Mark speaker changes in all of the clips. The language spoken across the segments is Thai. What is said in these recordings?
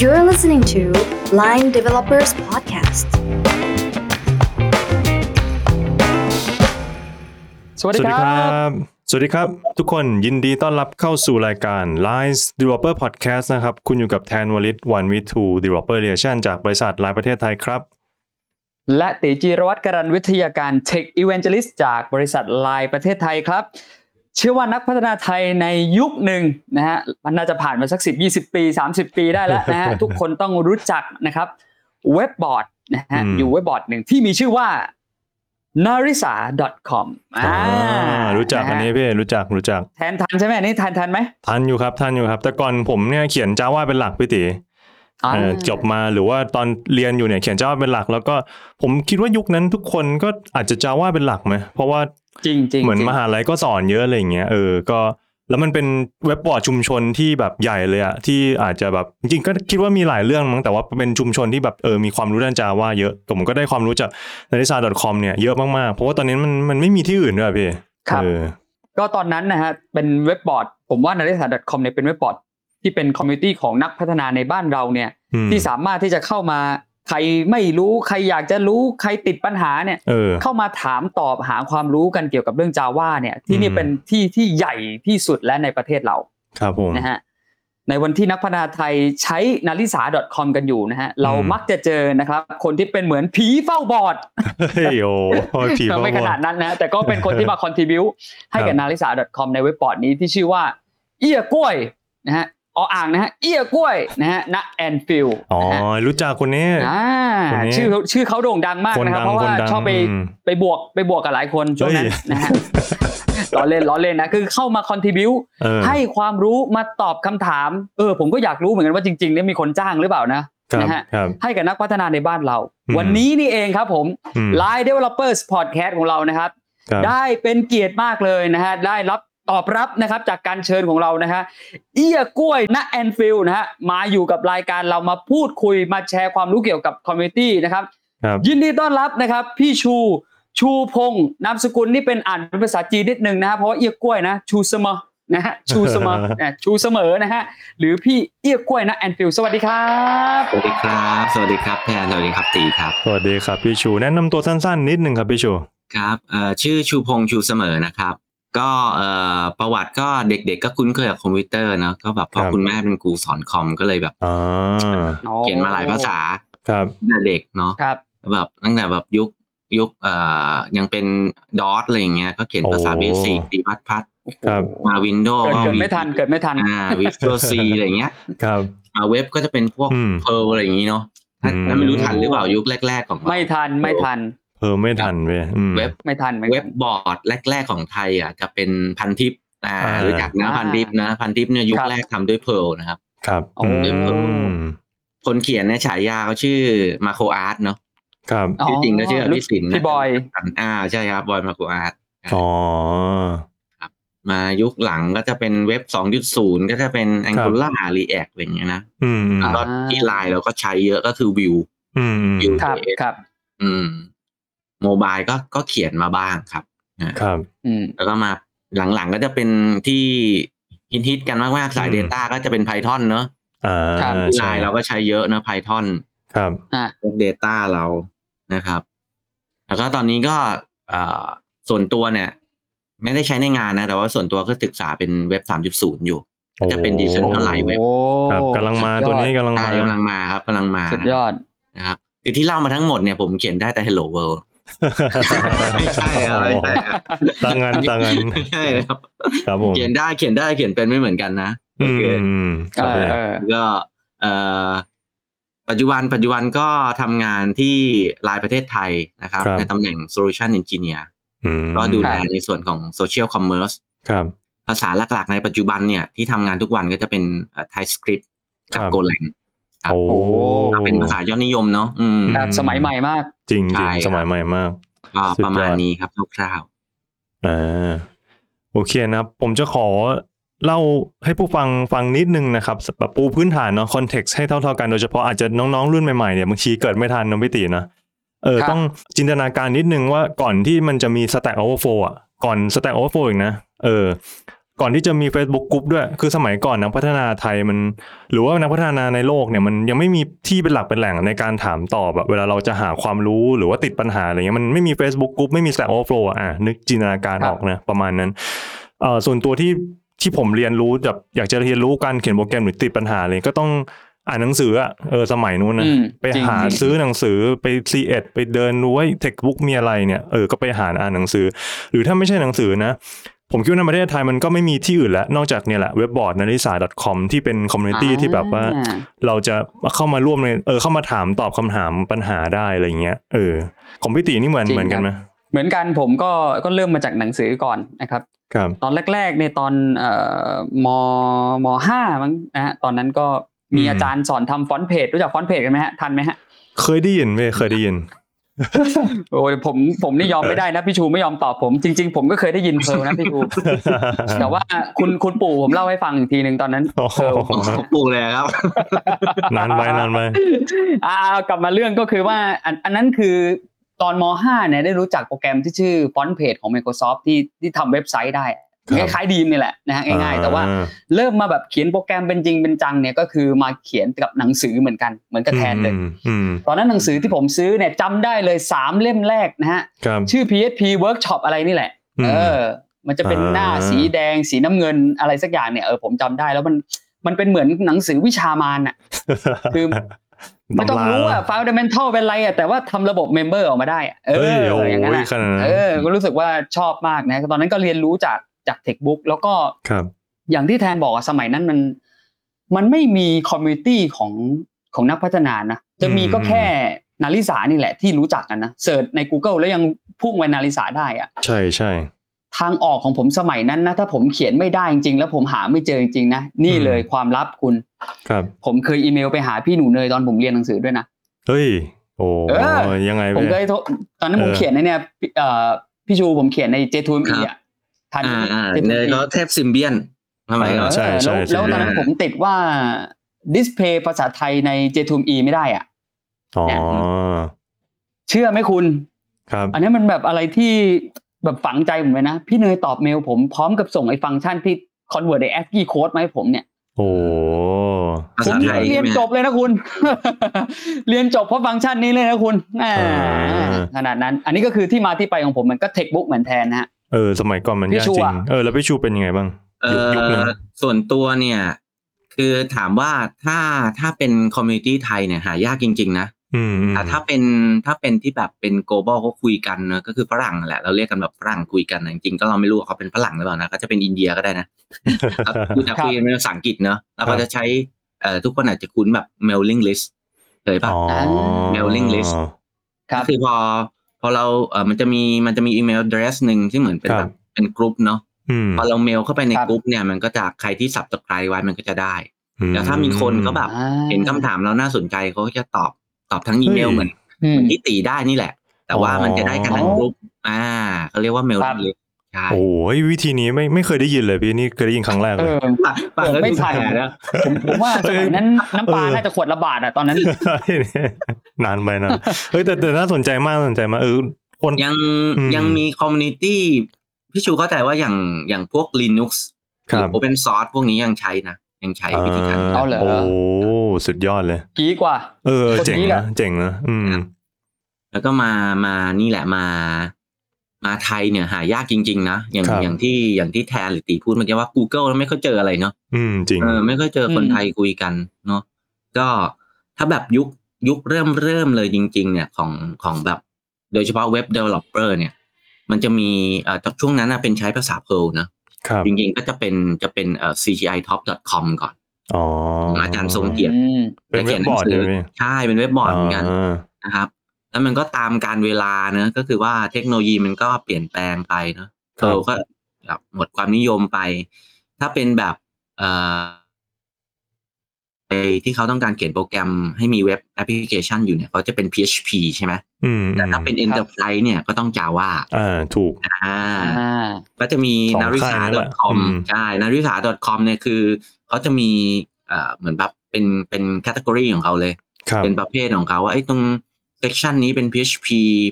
Speaker 1: You're listening to Line Developers Podcast.
Speaker 2: สวัสดีครับ
Speaker 3: บ สวัสดีครับ ทุกคนยินดีต้อนรับเข้าสู่รายการ Lines Developer Podcast นะครับ คุณอยู่กับแทนวลิตวันวิทู Developer Relation จากบริษัทไลน์ประเทศไทยครับ
Speaker 2: และติจีรวัตรการันวิทยาการ Tech Evangelist จากบริษัทไลน์ประเทศไทยครับ เชื่อว่านักพัฒนาไทยในยุคหนึ่งนะฮะมันน่าจะผ่านมาสัก 10 20 ปี 30 ปีได้แล้วนะ ฮะ ทุกคนต้องรู้จักนะครับเว็บบอร์ดนะฮะ
Speaker 3: อืม
Speaker 2: อยู่เว็บบอร์ดหนึ่งที่มีชื่อว่า narisa com
Speaker 3: อ่ารู้จักอันนี้พี่รู้จักรู้จัก
Speaker 2: แทนทันใช่ไหมอันนี่ทันทันไหม
Speaker 3: ทันอยู่ครับทันอยู่ครับ แต่ก่อนผมเนี่ยเขียน Java เป็นหลักพี่ติ
Speaker 2: อ๋อ
Speaker 3: เอ่อจบมาหรือว่าตอนเรียนอยู่เนี่ยเขียน Java เป็นหลัก แล้วก็ผมคิดว่ายุคนั้นทุกคนก็อาจจะ Java เป็นหลักไหมเพราะว่า
Speaker 2: จริงๆจริง
Speaker 3: เหมือน
Speaker 2: ๆ
Speaker 3: มหาลัยก็สอนเยอะอะไรอย่างเงี้ยเออก็แล้วมันเป็นเว็บบอร์ดชุมชนที่แบบใหญ่เลยอะที่อาจจะแบบจริงๆก็คิดว่ามีหลายเรื่องมั้งแต่ว่าเป็นชุมชนที่แบบเออมีความรู้ด้านจาว่าเยอะผมก็ได้ความรู้จากนาริซา .com เนี่ยเยอะมากๆ เพราะว่าตอนนี้มันมันไม่มีที่อื่นด้วยอะพี่
Speaker 2: ครับ
Speaker 3: เออ
Speaker 2: ก็ตอนนั้นนะฮะเป็นเว็บบอร์ด ผมว่านาริสา .com เนี่ยเป็นเว็บบอร์ดที่เป็นคอมมูนิตี้ของนักพัฒนาในบ้านเราเนี่ย
Speaker 3: อืม
Speaker 2: ที่สามารถที่จะเข้ามาใครไม่รู้ใครอยากจะรู้ใครติดปัญหาเนี่ย
Speaker 3: เออ
Speaker 2: เข้ามาถามตอบหาความรู้กันเกี่ยวกับเรื่อง Java เนี่ยที่นี่
Speaker 3: อืม
Speaker 2: เป็นที่ที่ใหญ่ที่สุดและในประเทศเรา
Speaker 3: ครับผม
Speaker 2: นะฮะในวันที่นักพัฒนาไทยใช้นาริสา .com กันอยู่นะฮะเรา
Speaker 3: อืม
Speaker 2: มักจะเจอนะครับคนที่เป็นเหมือนผีเฝ้าบอร์ด
Speaker 3: เฮ้ยโอ้ยผี
Speaker 2: เออ
Speaker 3: พ่อ
Speaker 2: ไม่ขนาดนั้นนะแต่ก็เป็นคนที่มา คอนทิบิวให้กับนาริสา .com ในเว็บบอร์ดนี้ที่ชื่อว่า เอี้ยกล้วยนะฮะออ่างนะฮะเอี้ยกล้วยนะฮะณแอนฟิล
Speaker 3: อ๋อรู้จักคนนี้
Speaker 2: อ่า
Speaker 3: คนนี้
Speaker 2: ชื่อชื่อเขาโด่งดังมากนะครับ
Speaker 3: คนดัง
Speaker 2: เพราะว่า
Speaker 3: คนดัง
Speaker 2: ชอบไป
Speaker 3: อืม
Speaker 2: ไปบวกไปบวกกับหลายคนช่วงนั้น
Speaker 3: เฮ้ย
Speaker 2: นะฮะ ล้อเล่นล้อเล่นนะคือเข้ามาคอนทิบิว
Speaker 3: เออ
Speaker 2: ให้ความรู้มาตอบคำถาม เออ ผมก็อยากรู้เหมือนกันว่าจริงๆเนี่ยมีคนจ้างหรือเปล่านะ
Speaker 3: ครับ
Speaker 2: นะฮะ
Speaker 3: ครับ
Speaker 2: ให้กับนักพัฒนาในบ้านเรา
Speaker 3: อืม
Speaker 2: วันนี้นี่เองครับผม
Speaker 3: อืม
Speaker 2: Line Developers Podcast ของเรานะครับ
Speaker 3: ครับ
Speaker 2: ได้เป็นเกียรติมากเลยนะฮะ ได้รับตอบรับนะครับจากการเชิญของเรานะฮะ เอี้ยกล้วยณแอนฟิลนะฮะ มาอยู่กับรายการเรามาพูดคุยมาแชร์ความรู้เกี่ยวกับคอมมูนิตี้นะครับ
Speaker 3: ครับ
Speaker 2: ยินดีต้อนรับนะครับ พี่ชูชูพงศ์นามสกุลนี่เป็นอ่านเป็นภาษาจีนนิดนึงนะฮะเพราะว่าเอี้ยกล้วยนะ ชูเสมอนะฮะชูเส มอนะชูเสมอนะฮะหรือพี่เอี้ยกล้วยณแอนฟิลสวัสดีครับ
Speaker 4: สวัสดีครับ สวัสดีครับแพนสวัสดีครับตีครับ
Speaker 3: สวัสดีครับพี่ชูแนะนำตัวสั้นๆ นิดหนึ่งครับพี่ชู
Speaker 4: ครับเอ่อชื่อชูพงษ์ชูเสมอนะครับ ก็เอ่อประวัติก็เด็กๆ ก็คุ้นเคยกับคอมพิวเตอร์เนอะก็แบบพอ
Speaker 3: ครับ
Speaker 4: คุณแม่เป็นครูสอนคอมก็เลยแบบ
Speaker 3: อ่า
Speaker 4: เขียนมาหลายภาษา
Speaker 3: ครับ
Speaker 4: ตั้งแต่เด็กเนาะ
Speaker 2: ครับ
Speaker 4: แบบตั้งแต่แบบยุคยุคเอ่อยังเป็นดอทอะไรอย่างเงี้ยก็เขียนภาษา
Speaker 3: โอ้
Speaker 4: เบสิกตีพัดพัด
Speaker 3: ครับ
Speaker 4: มาวินโดว์
Speaker 2: เกิดเกิดไม่ทันเกิดไม่ทัน
Speaker 4: อ่าวิชวลซีอะไรอย่างเงี้ย
Speaker 3: ครับ
Speaker 4: อ่าเว็บก็จะเป็นพวก
Speaker 3: อืม
Speaker 4: เพลอะไรอย่างงี้เนาะถ้า
Speaker 3: อืม
Speaker 4: ถ้าไม่รู้ทันหรือเปล่ายุคแรก ๆของเรา
Speaker 2: ไม่ทันไม่ทัน
Speaker 3: เออไม่ทันเว้ยอืม
Speaker 4: เว็บ
Speaker 2: ไม่ทันไม่ทัน
Speaker 4: เว็บบอร์ดแรก ๆ ของไทยอ่ะจะเป็นพันทิปอ่า
Speaker 3: อ่ารู้
Speaker 4: รู้จักนะ
Speaker 2: อ่า
Speaker 4: พันทิปนะ พันทิปเนี่ยยุ
Speaker 2: ค
Speaker 4: ครับ แรกทำด้วยเพลนะครับ
Speaker 3: ครับ
Speaker 2: โอ้โห
Speaker 3: ม
Speaker 4: คนเขียนเนี่ยฉายาเขาชื่อมาโคอาร์ตเนาะ
Speaker 3: ครับ
Speaker 2: อ๋อ
Speaker 4: ชื่อจริงก็ชื่ออภิสิน
Speaker 2: พี่บอย
Speaker 4: อ่าใช่ครับบอยมาโคอาร์ต
Speaker 3: อ๋อ
Speaker 4: มายุคหลังก็จะเป็นเว็บ 2.0 ก็จะเป็น
Speaker 3: ครับ
Speaker 4: Angular React อะไรอย่างเงี้ยนะ
Speaker 3: อืมอืม
Speaker 2: อ่า
Speaker 4: ก็ที่ไลน์เราก็ใช้เยอะก็คือวิว
Speaker 3: อืมอืม
Speaker 4: อยู่
Speaker 2: ครับครับ
Speaker 4: อืมโมบายก็ก็เขียนมาบ้างครับอ่า
Speaker 3: ครับ
Speaker 2: อืม
Speaker 4: แล้วก็มาหลังๆก็จะเป็นที่ฮิตฮิตๆกันมากๆ สาย Data ก็จะเป็น Python เนอะ
Speaker 3: อ่า
Speaker 2: ครับ
Speaker 4: ไล
Speaker 3: ใช่
Speaker 4: น์เราก็ใช้เยอะนะ Python
Speaker 3: ครับ
Speaker 2: อ่ะ
Speaker 4: พวก Data เรานะครับ แล้วก็ตอนนี้ก็เอ่อส่วนตัวเนี่ย ไม่ได้ใช้ในงานนะ แต่ว่าส่วนตัวก็ศึกษาเป็นเว็บ 3.0 อยู่ จะเป็น decentralized เว็บ
Speaker 2: โอ้
Speaker 3: ครับกำลังมาตัวนี้กำลัง
Speaker 4: อ่า
Speaker 3: มา
Speaker 4: กำลังมาครับกำลังมา
Speaker 2: สุดยอด
Speaker 4: นะครับคือที่เล่ามาทั้งหมดเนี่ยผมเขียนได้แต่ Hello World ไม่ใช่อะไม่ใช่อะ
Speaker 3: ต่างกันต่างกัน
Speaker 4: ไม่ใช่ครับ
Speaker 3: ครับผม
Speaker 4: เขียนได้เขียนได้เขียนเป็นไม่เหมือนกันนะโอ
Speaker 3: อืม
Speaker 4: เค
Speaker 3: อืมค
Speaker 2: เออ
Speaker 3: รับ
Speaker 2: เออ
Speaker 4: ก็เอ่อปัจจุบันปัจจุบันก็ทำงานที่ไลน์ประเทศไทยนะครับ ในตำแหน่ง Solution Engineer
Speaker 3: อืม
Speaker 4: ก็ดูแลในส่วนของ Social Commerce
Speaker 3: ครับ
Speaker 4: ภาษาหลักๆในปัจจุบันเนี่ย ที่ทำงานทุกวันก็จะเป็นไทยสคริปต์กับ
Speaker 3: ครับ
Speaker 4: โกแลน
Speaker 3: โอ้
Speaker 4: เป็นภาษายอดนิยมเนาะอืม
Speaker 2: ครับสมัยใหม่มาก
Speaker 3: จริงจ
Speaker 4: ใช่
Speaker 3: ริง
Speaker 4: ครับ
Speaker 3: สมัยใหม่มาก
Speaker 4: ก็
Speaker 3: สุดยอด
Speaker 4: ประมาณนี้ครับคร่าว
Speaker 3: อ่าโอเคนะครับ ผมจะขอเล่าให้ผู้ฟังฟังนิดนึงนะครับแบบปูพื้นฐานเนาะคอนเท็กซ์ให้เท่าๆกันโดยเฉพาะอาจจะน้องๆรุ่นใหม่ๆเนี่ยบางทีเกิดไม่ทันเน้องพี่ตีนะเออ
Speaker 2: ครับ
Speaker 3: ต้องจินตนาการนิดนึงว่าก่อนที่มันจะมี Stack Overflow อ่ะก่อน Stack Overflow อีกนะเออ ก่อนที่จะมี Facebook กลุ่มด้วย คือสมัยก่อนนักพัฒนาไทยมัน หรือว่านักพัฒนาในโลกเนี่ยมันยังไม่มีที่เป็นหลักเป็นแหล่งในการถามตอบอะเวลาเราจะหาความรู้หรือว่าติดปัญหาอะไรเงี้ยมันไม่มี Facebook กลุ่มไม่มี Stack Overflow อะอ่ะนึกจินตนาการออกนะประมาณนั้นเอ่อส่วนตัวที่ที่ผมเรียนรู้แบบอยากจะเรียนรู้การเขียนโปรแกรมหรือติดปัญหาอะไรก็ต้องอ่านหนังสืออะเออสมัยนู้นนะ
Speaker 2: อืม
Speaker 3: ไป
Speaker 2: จริง
Speaker 3: หา
Speaker 2: จริง
Speaker 3: ซื้อหนังสือไปซีเอ็ดไปเดินรู้ว่าเทคบุ๊กมีอะไรเนี่ยเออก็ไปหาอ่านหนังสือ หรือถ้าไม่ใช่หนังสือนะ ผมคิดว่าในประเทศไทยมันก็ไม่มีที่อื่นแล้ว นอกจากเนี่ยแหละเว็บบอร์ดนาริสา .com ที่เป็นคอมมูนิตี้ที่แบบว่า
Speaker 2: อ่
Speaker 3: เราจะเข้ามาร่วมในเออเข้ามาถามตอบคำถามปัญหาได้อะไรอย่างเงี้ยเออของพี่ตีนี่เหมือนเหมือนกันไหม
Speaker 2: เหมือนกันผมก็ก็เริ่มมาจากหนังสือก่อนนะครับ
Speaker 3: ครับ
Speaker 2: ตอนแรกๆเนี่ยตอนเอ่อมมห้ามั้งนะฮะตอนนั้นก็มี
Speaker 3: อืม
Speaker 2: อาจารย์สอนทำฟอนต์เพจรู้จักฟอนต์เพจกันไหมฮะทันไหมฮะ
Speaker 3: เคยได้ยินเว้ยเคยได้ยิน
Speaker 2: โอ้ยผมผมนี่ยอมไม่ได้นะพี่ชูไม่ยอมตอบผมจริง ๆ ผมก็เคยได้ยินเพลนะพี่ชู แต่ว่าคุณคุณปู่ผมเล่าให้ฟังอีกทีหนึ่งตอนนั้น
Speaker 3: โอ้โห
Speaker 2: Perl
Speaker 4: ของปูเลยครับ
Speaker 3: นานไปนานไป
Speaker 2: อ่าเอากลับมาเรื่องก็คือว่าอันอันนั้นคือตอนม .5 เนี่ยได้รู้จักโปรแกรมที่ชื่อ Font Page ของ Microsoft ที่ที่ทำเว็บไซต์ได้คล้ายๆดีมนี่แหละนะฮะง่ายๆ แต่ว่า
Speaker 3: อ่
Speaker 2: เริ่มมาแบบเขียนโปรแกรมเป็นจริงเป็นจังเนี่ยก็คือมาเขียนกับหนังสือเหมือนกันเหมือนกับแทนเลย
Speaker 3: อืมอืม
Speaker 2: ตอนนั้นหนังสือที่ผมซื้อเนี่ยจำได้เลยสามเล่มแรกนะฮะ
Speaker 3: ครับ
Speaker 2: ชื่อ PHP Workshop อะไรนี่แหละ เออ มันจะเป็น
Speaker 3: อ่า
Speaker 2: หน้าสีแดงสีน้ำเงินอะไรสักอย่างเนี่ยเออผมจำได้แล้วมันมันเป็นเหมือนหนังสือวิชามารน่ะ คือ ไม่ต้องรู้ว่า fundamental เป็นอะไรอ่ะแต่ว่าทำระบบ member ออกมาได้อ่ะเอ
Speaker 3: เฮ้ย
Speaker 2: อ
Speaker 3: โอ้
Speaker 2: อย่างนั้น
Speaker 3: ย
Speaker 2: อ่ะ
Speaker 3: ขนาดนั้น
Speaker 2: เออก็รู้สึกว่าชอบมากนะตอนนั้นก็เรียนรู้จากจากเทคบุ๊กแล้วก็
Speaker 3: ครับ
Speaker 2: อย่างที่แทนบอกอ่ะสมัยนั้นมัน มันไม่มีคอมมูนิตี้ของของนักพัฒนานะ จะมีก็
Speaker 3: อืม
Speaker 2: แค่นาริสานี่แหละที่รู้จักกันนะเสิร์ชใน Google แล้วยังพุ่งไปนาริสาได้อ่ะ
Speaker 3: ใช่ใช่
Speaker 2: ทางออกของผมสมัยนั้นนะ ถ้าผมเขียนไม่ได้จริงๆ แล้วผมหาไม่เจอจริงๆนะ นี่
Speaker 3: อืม
Speaker 2: เลยความลับคุณ
Speaker 3: ครับ
Speaker 2: ผมเคยอีเมลไปหาพี่หนูเนยตอนผมเรียนหนังสือด้วยนะ
Speaker 3: เฮ้ย โอ้
Speaker 2: เออ
Speaker 3: ยังไง
Speaker 2: ผมเค
Speaker 3: เว้
Speaker 2: ย
Speaker 3: ย
Speaker 2: โทรตอนนั้นผม
Speaker 3: เออ
Speaker 2: เขียนในเนี่ยพี่เอ่อพี่ชูผมเขียนใน J2ME
Speaker 4: ครับ
Speaker 2: อ่ะทัน
Speaker 4: อ่าอ่า
Speaker 2: เจ
Speaker 4: เนยก็เทพซิมเบียนทำไม
Speaker 2: เอ
Speaker 4: ก่อ
Speaker 2: อน
Speaker 3: ใช่ใช่
Speaker 2: แล้ว
Speaker 3: ใช่
Speaker 2: แล้วตอนนั้นผมติดว่า ดิสเพย์ภาษาไทยใน J2ME ไม่ได้อ่ะ
Speaker 3: อ๋อ
Speaker 2: เนี่ย เชื่อไหมคุณ
Speaker 3: ครับ
Speaker 2: อันนี้มันแบบอะไรที่แบบฝังใจผมเลยนะ พี่เนยตอบเมลผมพร้อมกับส่งไอ้ฟังก์ชันที่ convert ใน ASCII code มาให้ผมเนี่ย
Speaker 3: โอ้
Speaker 4: ภา
Speaker 2: ผ
Speaker 4: ษาม ไท
Speaker 2: เรียนเรียนจบเลยนะคุณ เรียนจบเพราะฟังก์ชันนี้เลยนะคุณแหมขนาดนั้น อันนี้ก็คือที่มาที่ไปของผมมันก็เทคบุ๊กเหมือนแทนนะฮะ
Speaker 3: เออ สมัยก่อนมัน
Speaker 2: พี่
Speaker 3: ยาก
Speaker 2: ชู
Speaker 3: จริง
Speaker 2: อะ
Speaker 3: เออ แล้วพี่ชูเป็นยังไงบ้าง
Speaker 4: เอ
Speaker 3: ยุค
Speaker 4: อ
Speaker 3: ยุคนึง
Speaker 4: ส่วนตัวเนี่ยคือถามว่าถ้าถ้าเป็นคอมมูนิตี้ไทยเนี่ยหายากจริง ๆ นะ
Speaker 3: อืมอืม
Speaker 4: แต่ถ้าเป็นถ้าเป็นที่แบบเป็น global เขาคุยกันเนอะก็คือฝรั่งนั่นแหละเราเรียกกันแบบฝรั่งคุยกันนะจริงๆก็เราไม่รู้ว่าเขาเป็นฝรั่งหรือเปล่านะก็จะเป็นอินเดียก็ได้ นะคือแต่คุยกันเป็นภาษาอังกฤษเนอะแล้วก็จะใช้เอ่อทุกคนอาจจะคุ้นแบบ mailing list เคยป่ะ
Speaker 3: อ๋อ
Speaker 4: mailing list
Speaker 2: ครั
Speaker 4: ก็
Speaker 2: บ
Speaker 4: คือพอพอเราเออมันจะมีมันจะมีอีเมล address หนึ่งที่เหมือนเป็น
Speaker 3: ค
Speaker 4: แบ
Speaker 3: รับ
Speaker 4: บเป็นกลุ่มเนอะ
Speaker 3: อืม
Speaker 4: พอเราเมลเข้าไปใน
Speaker 2: ครับ
Speaker 4: กรุ๊ปเนี่ยมันก็จะใครที่สับตะไคร้ไว้มันก็จะได้
Speaker 3: อื
Speaker 4: แล้วถ้ามีคนก็แบบ
Speaker 2: อ่า
Speaker 4: เห็นคำถามเราน่าสนใจเขาก็จะตอบตอบทั้งอีเมลเหมือน
Speaker 2: อืม
Speaker 4: ที่ตีได้นี่แหละ แต่ว่ามันจะได้กันทั้งกรุ๊ปอ่าเขาเรียกว่าเมล
Speaker 2: ครับ
Speaker 4: ลิสใช่
Speaker 3: โอ้ยวิธีนี้ไม่ไม่เคยได้ยินเลยพี่นี่เคยได้ยินครั้งแรก
Speaker 2: เอ
Speaker 3: เลย
Speaker 2: อ
Speaker 4: ปากปากแล้ว
Speaker 2: ไม่ทัน
Speaker 4: ดูแผลนะ
Speaker 2: ผมผม ว่าสมัยนั้นน้ำปลา
Speaker 3: เออ
Speaker 2: น่าจะขวดละบาทอ่ะตอนนั้น
Speaker 3: นานไปนะ เฮ้ยแต่แต่น่าสนใจมากน่าสนใจมากเออคน
Speaker 4: ยัง
Speaker 3: อืม
Speaker 4: ยังมีคอมมูนิตี้พี่ชูเข้าใจว่าอย่างอย่างพวก Linux
Speaker 3: ค
Speaker 4: ห
Speaker 3: รั
Speaker 4: รื
Speaker 3: บ
Speaker 4: อ Open Source พวกนี้ยังใช้นะ ยังใช้วิธีการนี้
Speaker 2: เอาเหรอ
Speaker 3: โอ้สุดยอดเลย
Speaker 2: กี้กว่า
Speaker 3: เออ
Speaker 2: คน
Speaker 3: เจ๋ง
Speaker 2: นี้แห
Speaker 3: นะ
Speaker 2: ละ
Speaker 3: เจ๋งนะอืม
Speaker 4: ครับ แล้วก็มามานี่แหละมา มาไทยเนี่ยหายากจริง ๆ นะอย่าง
Speaker 3: ครับ
Speaker 4: อย่างที่อย่างที่แทนหรือตีพูดเมื่อกี้ว่า Google แล้วไม่ค่อยเจออะไรเนาะ
Speaker 3: อืมจริง
Speaker 4: เออไม่ค่อยเจอคนไทยคุยกันเนาะก็ถ้าแบบยุคยุคเริ่มเริ่มเลยจริง ๆ เนี่ยของของแบบ โดยเฉพาะเว็บ developer เนี่ย มันจะมีเอ่อช่วงนั้นน่ะเป็นใช้ภาษา Perl นะครับ จริง ๆ ก็จะเป็นจะเป็นเอ่อ cgi top com ก่อน
Speaker 3: อ๋อ
Speaker 4: ของอาจารย์ทรงเกียรติ
Speaker 2: อืม
Speaker 3: เป็นเว็บบอร์ด
Speaker 4: จะ
Speaker 3: ใช่
Speaker 4: ขียนห
Speaker 3: ไหม
Speaker 4: นังสืใช่เป็นเว็บบอร์ดเหมือนกัน
Speaker 3: า
Speaker 4: นะครับ แล้วมันก็ตามการเวลาเนอะก็คือว่าเทคโนโลยีมันก็เปลี่ยนแปลงไปเนอะ
Speaker 3: ครั
Speaker 4: เรา
Speaker 3: บ
Speaker 4: ก็แบบหมดความนิยมไป ถ้าเป็นแบบเอ่อไอที่เขาต้องการเขียนโปรแกรมให้มีเว็บแอปพลิเคชันอยู่เนี่ยเขาจะเป็น PHP ใช่ไหม
Speaker 3: อืม
Speaker 4: แต่ถ้าเป็น Enterprise เนี่ยก็ต้อง Java
Speaker 3: อ่าถูก
Speaker 4: อ่า
Speaker 2: อ่า
Speaker 4: ก็จะมี
Speaker 3: สอง
Speaker 4: นาริ
Speaker 3: ค่า
Speaker 4: สาย
Speaker 3: นั่นแหละ
Speaker 4: คอม
Speaker 3: อืม
Speaker 4: ใช่นาริสา .com เนี่ยคือเขาจะมีเอ่อเหมือนแบบเป็นเป็นแคตตากรีของเขาเลย
Speaker 3: ครับ
Speaker 4: เป็นประเภทของเขาว่าไอ้ตรง section นี้เป็น PHP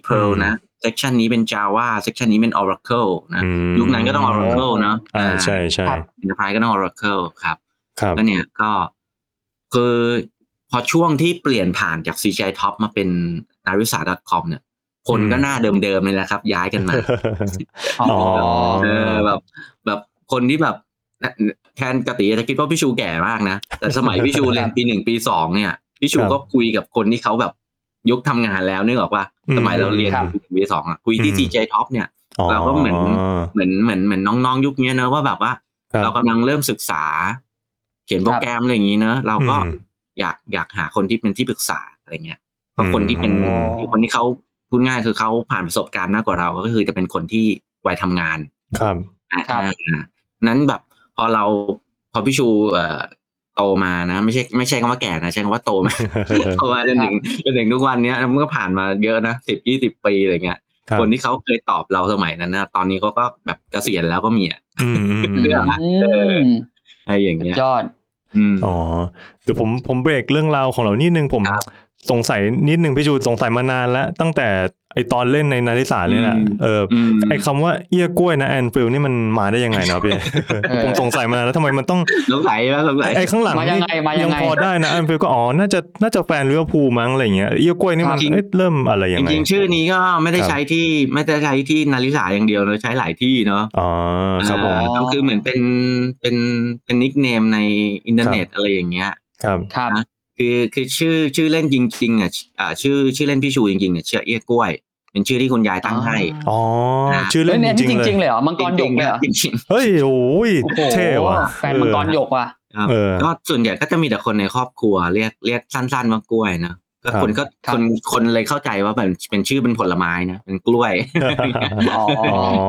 Speaker 4: Perl
Speaker 3: อืม
Speaker 4: นะ section นี้เป็น Java section นี้เป็น Oracle นะ
Speaker 3: อืม
Speaker 4: ยุคนั้นก็ต้อง Oracle เนอะ
Speaker 3: อ่าใช่ใช่
Speaker 2: ครับ
Speaker 4: อินเตอร์ไพรก็ต้อง Oracle ครับ
Speaker 3: ครับ
Speaker 4: แล้วเนี่ยก็คือพอช่วงที่เปลี่ยนผ่านจาก CGI Top มาเป็น narisa.com เนี่ย คนก็หน้าเดิมๆเลยแหละครับ ย้ายกันมา
Speaker 2: อ๋อ
Speaker 3: อ๋อ
Speaker 4: เออแบบแบบคนที่แบบแทนกติจะคิดว่าพี่ชูแก่มากนะ แต่สมัยพี่ชู เรียนปีหนึ่งปีสองเนี่ย พี่ชูก็คุยกับคนที่เขาแบบยุคทำงานแล้วนึกออกว่าสมัยเราเรียนปีหนึ่งปีสองอะคุยที่ CGI Top เนี่ย เราก็เหมือน เหมือนเหมือนเหมือนน้องๆ ยุคเนี้ยเนอะว่าแบบว่า
Speaker 3: คบ
Speaker 4: เรากำลังเริ่มศึกษา เขียนโปรแกรมอะไรอย่างนี้เนอะเราก็
Speaker 3: อืม
Speaker 4: อยากอยากหาคนที่เป็นที่ปรึกษาอะไรเงี้ยเพราะคนที่เป็น
Speaker 3: อ๋อ
Speaker 4: คนที่เขาพูดง่ายคือเขาผ่านประสบการณ์มากกว่าเราก็คือจะเป็นคนที่วัยทำงาน
Speaker 3: ครับ
Speaker 4: อ่ะ
Speaker 2: ครับ
Speaker 4: อ่ะนั้นแบบพอเราพอพี่ชูเอ่อโตมานะ ไม่ใช่ไม่ใช่คำว่าแก่นะใช้คำว่าโตมา โตมาจนถึงจนถึงทุกวันเนี้ยมันก็ผ่านมาเยอะนะสิบยี่สิบปีอะไรเงี้ย
Speaker 3: ครับ
Speaker 4: คนที่เขาเคยตอบเราสมัยนั้นนะตอนนี้เขาก็แบบเกษียณแล้วก็มีอะ
Speaker 3: อืมอืมอืม
Speaker 4: เรื่อง
Speaker 2: อืม
Speaker 4: อะไรอย่างเงี้ย
Speaker 2: ยอด
Speaker 4: อืม
Speaker 3: อ๋อเดี๋ยวผมผมเบรกเรื่องราวของเรานิดนึงผม
Speaker 4: ครับ
Speaker 3: สงสัยนิดนึงพี่จูสงสัยมานานแล้วตั้งแต่ไอตอนเล่นในนาฬิสาเนี่ยแหละ
Speaker 4: อืม
Speaker 3: เอออ
Speaker 4: อืม
Speaker 3: ไอคำว่าเอี้ยกล้วยนะแอนฟิลนี่มันมาได้ยังไงนะพี่ ผมสงสัยมานานแล้วทำไมมันต้อง
Speaker 4: สงสัยว่าสงสัย
Speaker 3: ไอข้างหลัง
Speaker 2: มายังไงมายังไง
Speaker 3: ยังพอได้นะแอนฟิลก็อ๋อน่าจะน่าจะแฟนเรือร์พูลมั้งอะไรอย่างเงี้ยเอี้ยกล้วยนี่มันเอ้ยเริ่มอะไรยั
Speaker 4: จ
Speaker 3: งไง
Speaker 4: ริงๆชื่อนี้ก็ไม่ได้
Speaker 3: ครับ
Speaker 4: ใช้ที่ไม่ได้ใช้ที่นาริสาอย่างเดียวเนอะใช้หลายที่เนาะ
Speaker 3: อ๋อครับผม
Speaker 4: อ่าก็คือเหมือนเป็นเป็นเป็นนิกเนมในอินเทอร์เน็ตอะไรอย่างเงี้ย
Speaker 3: ครับ
Speaker 2: ครับ
Speaker 4: คือคือชื่อชื่อเล่นจริงๆอ่ะอ่าชื่อชื่อเล่นพี่ชูจริงๆเนี่ยชื่อเอี้ยกล้วย เป็นชื่อที่คุณยายตั้งให้
Speaker 3: อ๋อ
Speaker 4: อ่า
Speaker 3: ชื่อ
Speaker 2: เล่
Speaker 3: เล่
Speaker 2: น
Speaker 3: น
Speaker 2: เนี่ย
Speaker 3: จ
Speaker 2: นี่จ
Speaker 3: ริงๆเล
Speaker 2: ริง ๆ
Speaker 3: ย
Speaker 2: เลยเหรอ มังกรหยกเลยเหรอ
Speaker 4: จริง
Speaker 3: เฮ้ยโอ้ย
Speaker 2: โอ้โห
Speaker 3: เท่ว่ะ
Speaker 2: แฟนมังกรหยกว่ะ
Speaker 4: ๆครับ
Speaker 3: เออ
Speaker 4: ก็ส่วนใหญ่ก็จะมีแต่คนในครอบครัวเรียกเรียกสั้นๆว่ากล้วยเนอะก็คนก็
Speaker 2: ครับ
Speaker 4: คนคนเลยเข้าใจว่าเป็นเป็นชื่อเป็นผลไม้นะเป็นกล้วย
Speaker 2: อ๋อ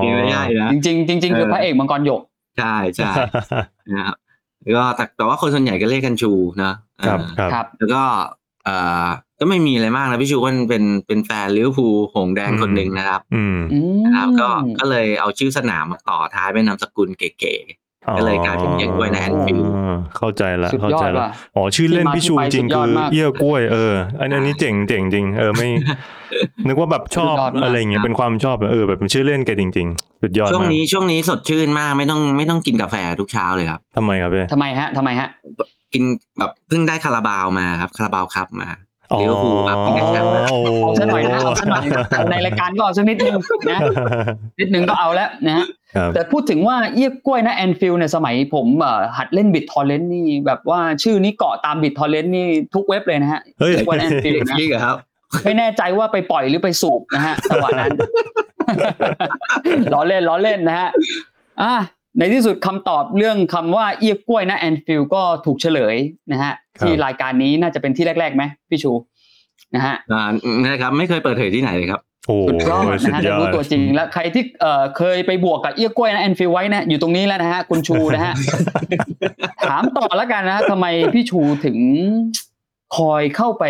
Speaker 4: ไม่ได้นะ
Speaker 2: จริงๆจริงๆคือพระเอกมังกรหยก
Speaker 4: ใช่ใช่นะครับแล้วก็แต่แต่ว่าคนส่วนใหญ่ก็เรียกกันชูนะครับ
Speaker 3: ค
Speaker 4: เออ
Speaker 3: รับ
Speaker 2: ครับ
Speaker 4: แล้วก็เอ่อก็ไม่มีอะไรมากนะพี่ชูก็เป็นเป็นแฟนลิเวอร์พูลหงส์แดง
Speaker 3: อืม
Speaker 4: คนหนึ่งนะครับ
Speaker 3: อืม
Speaker 2: อืม
Speaker 4: นะครับก็ก็เลยเอาชื่อสนามมาต่อท้ายเป็นนามสกุลเก๋ ก็เลยกลายเป็นเอี้ยกล้วยใน Anfield
Speaker 3: อ๋อเข้าใจละ
Speaker 2: สุด
Speaker 3: เข้าย
Speaker 2: อ
Speaker 3: ใจ
Speaker 2: ด
Speaker 3: ละ
Speaker 2: ว่ะ
Speaker 3: อ๋อชื่อเล่นพี่ชู
Speaker 2: ที่มาที่ไป
Speaker 3: จริง
Speaker 2: สุดย
Speaker 3: คือ
Speaker 2: ด
Speaker 3: อ
Speaker 2: มาก
Speaker 3: เอี้ยกล้วยเอออันอันนี้เจ๋งเจ๋งจริงเออไม่ นึกว่าแบบชอบ
Speaker 2: สุดยอดมาก
Speaker 3: อะไรอย่างเงี้ยเป็นความชอบเออแบบเป็นชื่อเล่นแกจริง ๆ สุดยอด
Speaker 4: ๆช่วง
Speaker 3: มาก
Speaker 4: นี้ช่วงนี้สดชื่นมากไม่ต้องไม่ต้องกินกาแฟทุกเช้าเลยครับ
Speaker 3: ทำไมครับเป้
Speaker 2: ทำไมฮะทำไมฮะ
Speaker 4: กินแบบเพิ่งได้คาราบาวมาครับคาราบาวครับมา
Speaker 3: อ๋อ
Speaker 4: ลิเวอร์พูลครับเป็นแชมป์นะ
Speaker 3: โอ้โห
Speaker 2: เอาซะหน่อยนะเอาซะหน่อยนะในรายการก็เอาสักนิดนึงนะนิดนึงก็เอาแล้วนะฮะ
Speaker 3: ครับ
Speaker 2: แต่พูดถึงว่าเอี้ยกล้วยนะแอนฟิลเนี่ยสมัยผมเอ่อหัดเล่นบิ t ทอ r r เ n นนี่แบบว่าชื่อนี้เกาะตามบิ t ทอ r r เ n นนี่ทุกเว็บเลย นะฮะ
Speaker 3: เฮ้ย
Speaker 2: เอี้ยกล้วยแอนฟิลนะ
Speaker 4: จริงเหรอครับ
Speaker 2: ไม่แน่ใจว่าไปปล่อยหรือไปสูบนะฮะจังหวะนั้น ล้อเล่นล้อเล่นนะฮะอ่ะในที่สุดคำตอบเรื่องคำว่าเอี้ยกล้วยนะแอนฟิลก็ถูกเฉลยนะฮะที่รายการนี้น่าจะเป็นที่แรกๆไหมพี่ชูนะฮะ
Speaker 4: อ่านะครับไม่เคยเปิดเผยที่ไหนเลยครับ
Speaker 3: โอ้โห
Speaker 2: สุดยอดนะ
Speaker 3: สุด
Speaker 2: ฮะ
Speaker 3: ย
Speaker 2: ได้
Speaker 3: อ
Speaker 2: รู้
Speaker 3: ด
Speaker 2: ตัวจริงแล้วใครที่เอ่อเคยไปบวกกับเอี้ยกล้วยนะแอนฟิลไว้นะอยู่ตรงนี้แล้วนะฮะคุณชูนะฮะ ถามต่อแล้วกันนะทำไมพี่ชูถึงคอยเข้าไป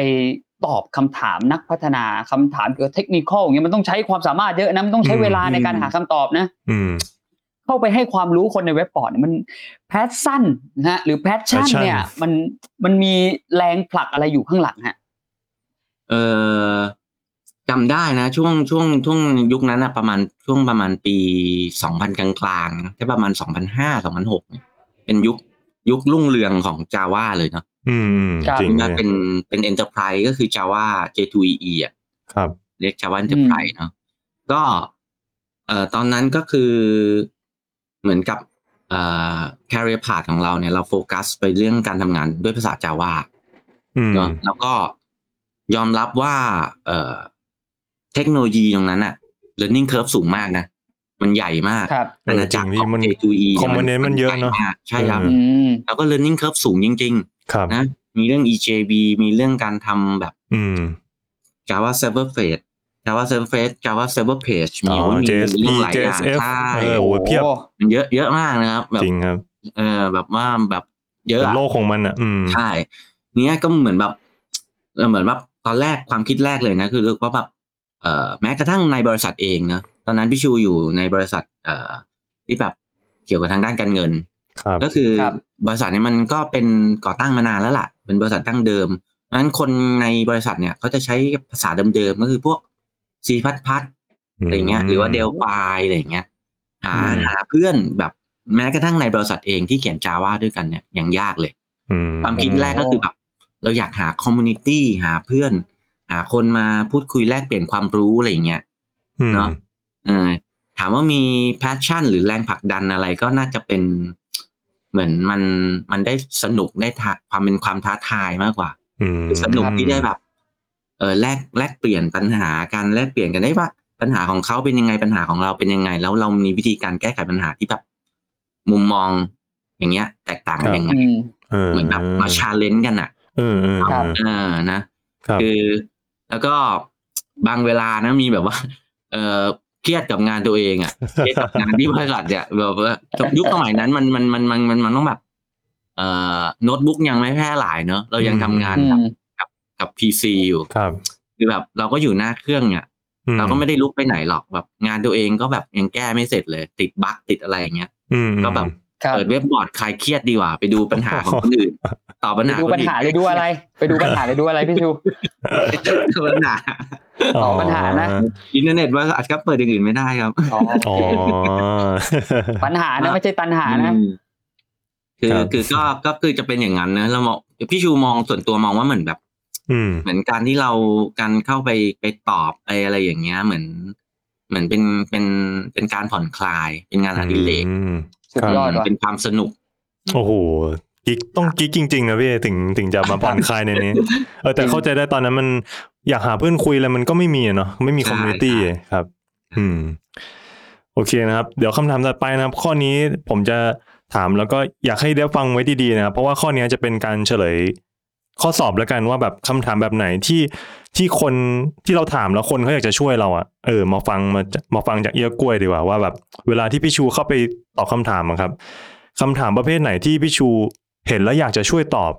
Speaker 2: ตอบคำถามนักพัฒนาคำถามเกี่ยวกับเทคนิคอลอย่างเงี้ยมันต้องใช้ความสามารถเยอะนะมันต้องใช้เวลาในการหาคำตอบนะ
Speaker 3: อืม
Speaker 2: เข้าไปให้ความรู้คนในเว็บบอร์ดเนี่ยมันแพชชั่นนะฮะหรือแพชชั่น
Speaker 3: passion
Speaker 2: เนี่ยมันมันมีแรงผลักอะไรอยู่ข้างหลังฮะ
Speaker 4: เออจำได้นะ ช่วงช่วงช่วงยุคนั้นนะประมาณช่วงประมาณปีสองพันกลางๆนะแค่ประมาณสองพันห้าสองพันหกเป็นยุคยุครุ่งเรืองของ Java เลยเนาะ
Speaker 3: อืมอืม
Speaker 2: ครับ
Speaker 3: จริง
Speaker 4: น่า
Speaker 3: เลย
Speaker 4: เป็นเป็น Enterprise ก็คือ Java J2EE อ่ะ
Speaker 3: ครับ
Speaker 4: เรียก Java Enterprise เนาะก็เอ่อตอนนั้นก็คือเหมือนกับเอ่อ career path ของเราเนี่ยเราโฟกัสไปเรื่องการทำงานด้วยภาษา Java
Speaker 3: อืม
Speaker 4: เนอะแล้วก็ยอมรับว่าเอ่อเทคโนโลยีตรงนั้นอะ learning curve สูงมากนะ มันใหญ่มาก
Speaker 2: ครับ
Speaker 4: อาณาจักรของ J2E
Speaker 3: คอมโพเนนต์มันเยอะเนาะ
Speaker 4: ใหญ่มกใช่ครับ
Speaker 3: อื
Speaker 2: อืม
Speaker 4: แล้วก็ learning curve สูงจริง
Speaker 3: ครับ
Speaker 4: ๆ นะ มีเรื่อง EJB มีเรื่องการทำแบบ
Speaker 3: อืม
Speaker 4: Java Server Page Java Server Page Java Server Page มี
Speaker 3: อ๋อ
Speaker 4: โอ้ย
Speaker 3: JSP
Speaker 4: มีเรื่องหลายอย่าง
Speaker 3: JSF
Speaker 4: ใช่
Speaker 3: เออ โหเพียบ
Speaker 4: มันเยอะเยอะมากนะครับ แบบ
Speaker 3: จริงครับ
Speaker 4: เออแบบว่าแบบเยอะ
Speaker 3: เป็น
Speaker 4: อะ
Speaker 3: โลกของมันอ่ะ อืม
Speaker 4: ใช่ เนี่ยก็เหมือนแบบเออเหมือนแบบตอนแรกความคิดแรกเลยนะ คือว่าแบบเอ่อแม้กระทั่งในบริษัทเองนะตอนนั้นพี่ชูอยู่ในบริษัทเอ่อที่แบบเกี่ยวกับทางด้านการเงิน
Speaker 3: ครับ
Speaker 4: ก็คือ
Speaker 2: ครับ
Speaker 4: บริษัทเนี้มันก็เป็นก่อตั้งมานานแล้วล่ะ เป็นบริษัทตั้งเดิมเพราะฉะนั้นคนในบริษัทเนี่ยเขาจะใช้ภาษาเดิมๆก็คือพวก C++
Speaker 3: ม
Speaker 4: อะไรเงี้ยหรือว่าเดลปายอะไรเงี้ยหา
Speaker 3: อืม
Speaker 4: หาเพื่อนแบบแม้กระทั่งในบริษัทเองที่เขียนจาว่าด้วยกันเนี่ยยังยากเลย
Speaker 3: อืม
Speaker 4: ความคิดแรกก็คือแบบเราอยากหาคอมมูนิตี้หาเพื่อน หาคนมาพูดคุยแลกเปลี่ยนความรู้อะไรเงี้ย เนอะ เออถามว่ามีแพชชั่น หรือแรงผลักดันอะไรก็น่าจะเป็น เหมือนมันมันได้สนุกได้ท้าความเป็นความท้าทายมากกว่า
Speaker 3: อืม
Speaker 4: สนุกที่ได้แบบ เออแลกแลกเปลี่ยนปัญหากันแลกเปลี่ยนกันได้ว่าปัญหาของเขาเป็นยังไงปัญหาของเราเป็นยังไง แล้วเรามีวิธีการแก้ไขปัญหาที่แบบมุมมองอย่างเงี้ย แตกต่างกันยังไง
Speaker 2: อืม
Speaker 3: เออ
Speaker 4: เหมือนแบบมาชาเลนจ์กันอ่ะ
Speaker 3: เออเออ
Speaker 2: ครับ
Speaker 3: เออ
Speaker 4: เออนะ
Speaker 3: ครับ
Speaker 4: คือแล้วก็บางเวลานะมีแบบว่า เออเครียดกับงานตัวเองอ่ะ เครียดกับงานที่บริษัทเนี่ยแบบว่ายุคสมัยนั้นมันมันมันมันมันมันต้องแบบ เอ่อโน้ตบุ๊กยังไม่แพร่หลายเนอะเรายังทำงาน
Speaker 2: อื
Speaker 4: กับ
Speaker 2: ม
Speaker 4: กับพีซีอยู่
Speaker 3: ครับ
Speaker 4: คือแบบเราก็อยู่หน้าเครื่องเนี่ย
Speaker 3: อื
Speaker 4: เราก็ไม่ได้ลุกไปไหนหรอกแบบ งานตัวเองก็แบบยังแก้ไม่เสร็จเลย ติดบั๊กติดอะไรอย่างเงี้ย
Speaker 3: อืม
Speaker 4: ก็แบบ
Speaker 2: ครับ
Speaker 4: เปิดเว็บบอร์ดคลายเครียดดีกว่า ไปดูปัญหาของคนอื่นตอบปัญ
Speaker 2: ไป
Speaker 4: หา
Speaker 2: ดู
Speaker 4: คน
Speaker 2: ปัญ
Speaker 4: อื่น
Speaker 2: หาเลยดูอะไร ไปดูปัญหาเลยดูอะไรพี่ชู
Speaker 4: เจ อปัญหา
Speaker 2: อ๋อปัญหานะ
Speaker 4: อินเทอร์เน็ตว่าอาจจะเปิดอย่างอื่นไม่ได้ครับ
Speaker 2: อ๋อ
Speaker 3: อ๋อ
Speaker 2: ปัญหานะไม่ใช่ตันหานะ
Speaker 4: อืมคือ
Speaker 3: ครับ
Speaker 4: คือก็ก็คือจะเป็นอย่างนั้นนะเรามองพี่ชูมองส่วนตัวมองว่าเหมือนแบบ
Speaker 3: อืม
Speaker 4: เหมือนการที่เราการเข้าไปไปตอบไปอะไรอย่างเงี้ย เหมือน เหมือนเป็นเป็นเป็นการผ่อนคลาย เป็นงานอดิเรก
Speaker 3: ม
Speaker 2: สุดยอดว่ะ
Speaker 4: เป็นความสนุก
Speaker 3: โอ้โหกิ๊กต้องกิ๊กจริงๆนะพี่ถึงถึงจะมาผ่อนคลายใน นี้ เออแต่เข้าใจได้ตอนนั้นมันอยากหาเพื่อนคุยอะไรมันก็ไม่มีอะเนาะไม่มีคอมมูนิตี้
Speaker 4: ใช่
Speaker 3: ครับ อืม โอเคนะครับ เดี๋ยวคำถามต่อไปนะครับ ข้อนี้ผมจะถามแล้วก็อยากให้ได้ฟังไว้ดีๆนะครับเพราะว่าข้อนี้จะเป็นการเฉลย ข้อสอบแล้วกันว่าแบบคำถามแบบไหนที่ที่คนที่เราถามแล้วคนเขาอยากจะช่วยเราอะเออมาฟังมามาฟังจากเอี้ยกล้วยดีกว่าว่าแบบเวลาที่พี่ชูเข้าไปตอบคำถามอะครับคำถามประเภทไหนที่พี่ชูเห็นแล้วอยากจะช่วยตอบ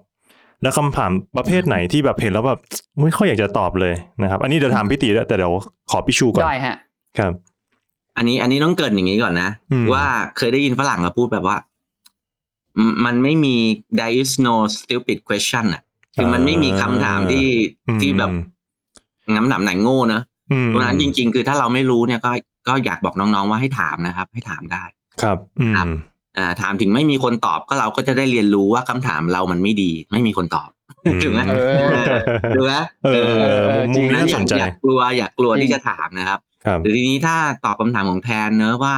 Speaker 3: และคำถามประเภทไหนที่แบบเห็นแล้วแบบไม่ค่อยอยากจะตอบเลยนะครับ อันนี้เดี๋ยวถามพี่ตีด้วยแต่เดี๋ยวขอพี่ชูก่อน
Speaker 2: ได้ฮะ
Speaker 3: ครับ
Speaker 4: อันนี้ อันนี้ต้องเกรินอย่างนี้ก่อนนะ
Speaker 3: อืม
Speaker 4: ว่าเคยได้ยินฝรั่งเขาพูดแบบว่าอืมมันไม่มี there is no stupid question อ่ะ คือมันไม่มีคำถามที่
Speaker 3: อืม
Speaker 4: ที่แบบน้ำหนักไหนโง่นะ
Speaker 3: อืม
Speaker 4: เพราะฉะนั้นจริงๆ คือถ้าเราไม่รู้เนี่ยก็ก็อยากบอกน้องๆว่าให้ถามนะครับ ให้ถามได้
Speaker 3: ครับอืม
Speaker 4: ครับ อ่าถามถึงไม่มีคนตอบก็เราก็จะได้เรียนรู้ว่าคำถามเรามันไม่ดี ไม่มีคนตอบ ถึงไหม
Speaker 2: เออ
Speaker 4: ถูกไหม
Speaker 3: เออเออมุมนี้
Speaker 4: นะ
Speaker 3: น่า
Speaker 4: อ
Speaker 3: ส
Speaker 4: ย่าน
Speaker 3: ใจ
Speaker 4: อยากกลัวอย่ากลัว
Speaker 2: จริง
Speaker 4: ที่จะถามนะครับ
Speaker 3: ครับ
Speaker 4: หรือทีนี้ถ้าตอบคำถามของแทนเนอะว่า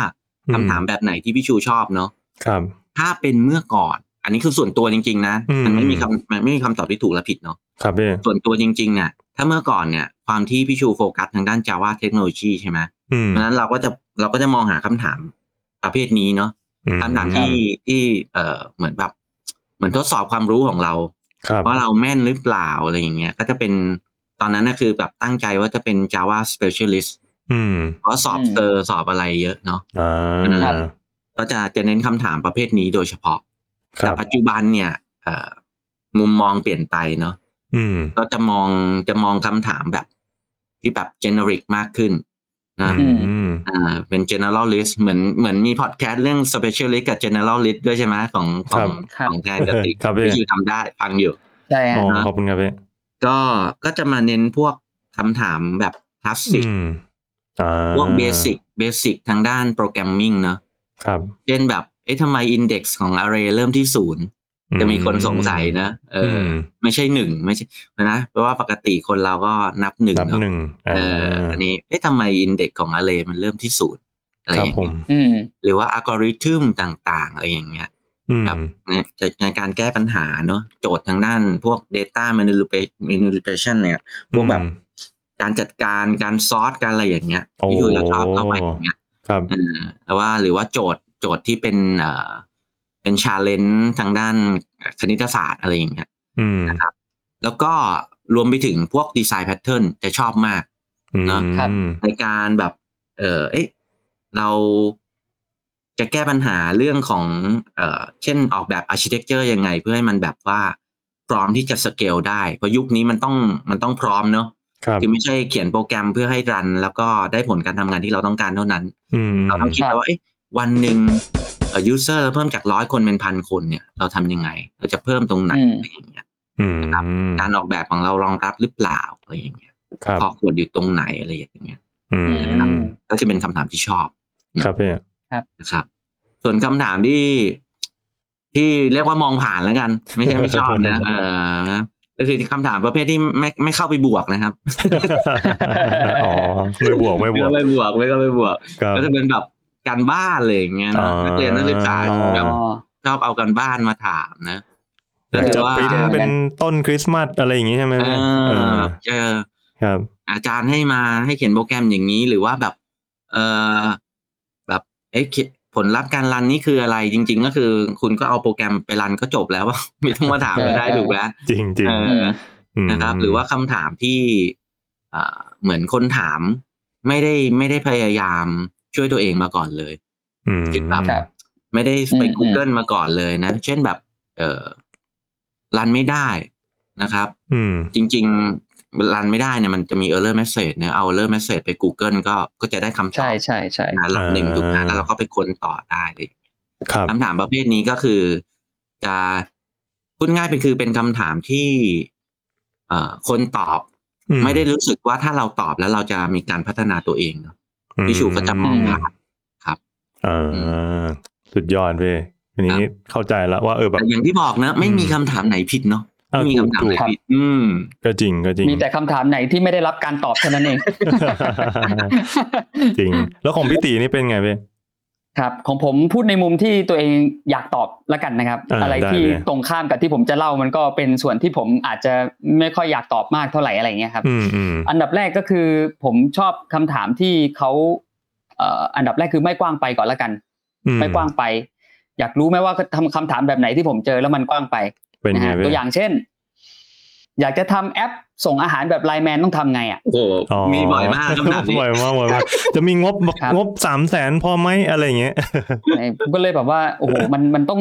Speaker 4: คำถามแบบไหนที่พี่ชูชอบเนอะ
Speaker 3: ครับ
Speaker 4: ถ้าเป็นเมื่อก่อน อันนี้คือส่วนตัวจริง ๆ นะ
Speaker 3: อืม
Speaker 4: มันไม่มีคำมันไม่มีคำตอบที่ถูกและผิดเนอะ
Speaker 3: ครับพี่
Speaker 4: ส่วนตัวจริงๆเนี่ยถ้าเมื่อก่อนเนี่ยความที่พี่ชูโฟกัสทางด้าน Java เทคโนโลยีใช่ไหม
Speaker 3: อืม
Speaker 4: เพราะฉะนั้นเราก็จะเราก็จะมองหาคำถามประเภทนี้เนาะ
Speaker 3: อื
Speaker 4: คำถามที่ที่เอ่อเหมือนแบบ เหมือนทดสอบความรู้ของเรา
Speaker 3: ครับ
Speaker 4: ว่าเราแม่นหรือเปล่าอะไรอย่างเงี้ยก็จะเป็นตอนนั้นน่ะคือแบบตั้งใจว่าจะเป็น Java Specialist
Speaker 3: อืม
Speaker 4: เพราะสอบ
Speaker 2: อืม
Speaker 4: เจอสอบอะไรเยอะเนาะ
Speaker 3: อ่า
Speaker 2: ครับ
Speaker 4: ก็จะจะเน้นคำถามประเภทนี้โดยเฉพาะ
Speaker 3: ค
Speaker 4: แต่
Speaker 3: รับ
Speaker 4: ปัจจุบันเนี่ยเอ่อมุมมองเปลี่ยนไปเนาะ
Speaker 3: อืม
Speaker 4: ก็จะมองจะมองคำถามแบบ ที่แบบ generic มากขึ้นนะ
Speaker 3: อืม
Speaker 4: อ่าเป็น generalist เหมือนเหมือนมีพอดแคสต์เรื่อง specialist กับ generalist ด้วยใช่ไหมของของ
Speaker 2: ครับ
Speaker 4: ของแทนกับติ๊ก
Speaker 3: ครับพี่
Speaker 4: ที่อยู่ทำได้ฟังอยู่
Speaker 2: ได้ฮะ
Speaker 3: อ๋อขอบคุณครับพี่
Speaker 4: ก็ก็จะมาเน้นพวกคำถามแบบคลาสสิก
Speaker 3: อืมอ่า
Speaker 4: พวกเบสิกเบสิกทางด้านโปรแกรมมิ่งเนอะ
Speaker 3: ครับ
Speaker 4: เช่นแบบเอ๊ะทำไมอินเด็กซ์ของ array เริ่มที่ศูนย์
Speaker 3: อื
Speaker 4: จะมีคนสงสัยนะเอออ
Speaker 3: ม
Speaker 4: ไม่ใช่หนึ่งไม่ใช่นะเพราะว่าปกติคนเราก็นับหนึ่ง
Speaker 3: นับ
Speaker 4: เนอะ
Speaker 3: หนึ่ง
Speaker 4: เอออันนี้เอ๊ะทำไมอินเด็กซ์ของ array มันเริ่มที่ศูนย์อะไร
Speaker 3: ค
Speaker 4: อ
Speaker 3: รับ
Speaker 4: ย่าง
Speaker 3: ผ
Speaker 4: เงี้ย
Speaker 3: ม
Speaker 2: อืม
Speaker 4: หรือว่าอัลกอริทึมต่างๆ อะไรอย่างเงี้ย
Speaker 3: อืม
Speaker 4: นะจะในการแก้ปัญหาเนอะโจทย์ทางด้านพวก Data Manipulation เนี่ยพวกแบบ
Speaker 3: อืม
Speaker 4: การจัดการการซอร์สการอะไรอย่างเงี้ย
Speaker 3: โอ้
Speaker 4: ที่อยู่จะชอบเข้าไปอย่างเงี้ย
Speaker 3: ครับ
Speaker 4: เออแต่ว่าหรือว่าโจทย์โจทย์ที่เป็นเอ่อเป็นชาเลนจ์ทางด้านคณิตศาสตร์อะไรอย่างเงี้ย
Speaker 3: อืม
Speaker 4: แล้วก็รวมไปถึงพวกดีไซน์แพทเทิร์นจะชอบมาก
Speaker 3: อืม
Speaker 4: เนอะ
Speaker 2: ครับ
Speaker 4: ในการแบบ เออเอ๊ะเราจะแก้ปัญหาเรื่องของ เออเช่นออกแบบอาร์ h i t เ c ็กเจอร์ยังไง เพื่อให้มันแบบว่า พร้อมที่จะสเกลได้ เพราะยุคนี้มันต้องมันต้องพร้อมเนอะ
Speaker 3: ครับ
Speaker 4: คือไม่ใช่เขียนโปรแกรมเพื่อให้รัน แล้วก็ได้ผลการทำงานที่เราต้องการเท่านั้น
Speaker 3: อืม
Speaker 4: เราต้องคิดแล้วว่าเอ๊ะวันหนึ่งยูเซอร์เราเพิ่มจากร้อยคนเป็นพันคนเนี่ย เราทำยังไง เราจะเพิ่มตรงไหน
Speaker 2: อืม
Speaker 4: อะไรอย่างเงี้ย
Speaker 3: อืม
Speaker 4: การออกแบบของเรารองรับหรือเปล่าอะไรอย่างเงี้ย
Speaker 3: ครับ
Speaker 4: พอควรอยู่ตรงไหนอะไรอย่างเงี้ย
Speaker 3: อืม
Speaker 4: ก็จะเป็นคำถามที่ชอบ
Speaker 3: ครับพี่
Speaker 4: นะครับ ส่วนคำถามที่ ที่เรียกว่ามองผ่านแล้วกัน ไม่ใช่ไม่ชอบ นะเออก็คือคำถามประเภทที่ไม่ไม่เข้าไปบวกนะครับ
Speaker 3: อ๋อไม่บวกไม่บวก
Speaker 4: ไม่บวกไม่ก็ไม่บวก
Speaker 3: ครับ
Speaker 4: ก็จะเป็นแบบการบ้านอะไรอย่างเงี้ยเนอะ
Speaker 3: อ่านั
Speaker 4: นักเรียนนักศึกษา
Speaker 3: อ๋อ
Speaker 4: แบบชอบเอากันบ้านมาถามนะ
Speaker 3: อ
Speaker 4: ก็
Speaker 3: ยาก
Speaker 4: คื
Speaker 3: จะ
Speaker 4: อว่า
Speaker 3: ปริ้นเป็นต้นคริสต์มาสอะไรอย่างงี้ใช่ไหม
Speaker 4: เอ
Speaker 3: พี่
Speaker 4: อ
Speaker 3: เออ
Speaker 4: เออ
Speaker 3: ครับ
Speaker 4: อาจารย์ให้มาให้เขียนโปรแกรมอย่างนี้หรือว่าแบบ เออแบบเอ๊ะเขียนผลลัพธ์การรันนี่คืออะไรจริง ๆ ก็คือ คุณก็เอาโปรแกรมไปรันก็จบแล้ว ไม่ต้องมาถามก็ได้ถูกไหม
Speaker 3: จริงจริง
Speaker 4: เออ
Speaker 3: ม
Speaker 4: นะครับหรือว่าคำถามที่อ่าเหมือนคนถามไม่ได้ไม่ได้พยายามช่วยตัวเองมาก่อนเลย
Speaker 3: อืม
Speaker 4: คิดแบบ
Speaker 2: ครับ
Speaker 4: ไม่ได้ไป
Speaker 2: อืม
Speaker 4: Google มาก่อนเลยนะ เช่นแบบ เออรันไม่ได้นะครับ
Speaker 3: อืม
Speaker 4: จริง ๆ รันไม่ได้เนี่ยมันจะมี error message เนี่ยเอา error message ไป Google ก็ก็จะได้คำตอ
Speaker 2: ใช่
Speaker 4: บ
Speaker 2: ใช่ใช่
Speaker 4: นะหลักหนึ่ง
Speaker 3: อ่า
Speaker 4: ถูกไหมแล้วเราก็ไปค้นต่อได้เลย
Speaker 3: ครับ
Speaker 4: คำถามประเภทนี้ก็คือ จะพูดง่ายเป็นคือเป็นคำถามที่ เอ่อ คนตอบ
Speaker 3: อื
Speaker 4: ไม่ได้รู้สึกว่าถ้าเราตอบแล้วเราจะมีการพัฒนาตัวเองเนอะพี่ชูก็จะมอง
Speaker 2: อืม
Speaker 4: ผ่าน
Speaker 3: อ่าสุดยอดพี่ทีนี้เข้าใจแล้วว่าเออแบบ
Speaker 4: แต่อย่างที่บอกนะ ไม่มีคำถามไหนผิดเนาะ
Speaker 3: อ่ะ
Speaker 4: ไม่มีคำถาม
Speaker 3: ถูก
Speaker 4: ไหนผิด อืม
Speaker 3: ก็จริงก็จริง
Speaker 2: มีแต่คำถามไหนที่ไม่ได้รับการตอบเท่านั้นเอง
Speaker 3: จริง แล้วของพี่ตีนี่เป็นไงพี่
Speaker 2: ครับของผมพูดในมุมที่ตัวเองอยากตอบละกันนะครับ
Speaker 3: อ่า
Speaker 2: อะไร
Speaker 3: ได้
Speaker 2: ที่
Speaker 3: เลย
Speaker 2: ตรงข้ามกับที่ผมจะเล่ามันก็เป็นส่วนที่ผมอาจจะไม่ค่อยอยากตอบมากเท่าไหร่อะไรอย่างเงี้ยครับ
Speaker 3: อืมอืม
Speaker 2: อันดับแรกก็คือผมชอบคำถามที่เขาเอ่ออันดับแรกคือไม่กว้างไปก่อนละกัน
Speaker 3: อื
Speaker 2: ไม่กว้างไป อยากรู้ไหมว่าทำคำถามแบบไหนที่ผมเจอแล้วมันกว้างไป
Speaker 3: เป็น
Speaker 2: นะ
Speaker 3: ไง
Speaker 2: ฮะ
Speaker 3: พี่
Speaker 2: ตัวอย่างเช่น อยากจะทำแอปส่งอาหารแบบไลน์แมนต้องทำไงอ่ะ
Speaker 4: โอ้โหมีบ่อย มากคำถามนี้
Speaker 3: บ่อยมากบ่อยมากจะมีงบ
Speaker 2: ครับ
Speaker 3: งบสามแสนพอไหมอะไรอย่างเงี้ย
Speaker 2: ไอ้ผมก็เลยแบบว่าโอ้โหมันมันต้อง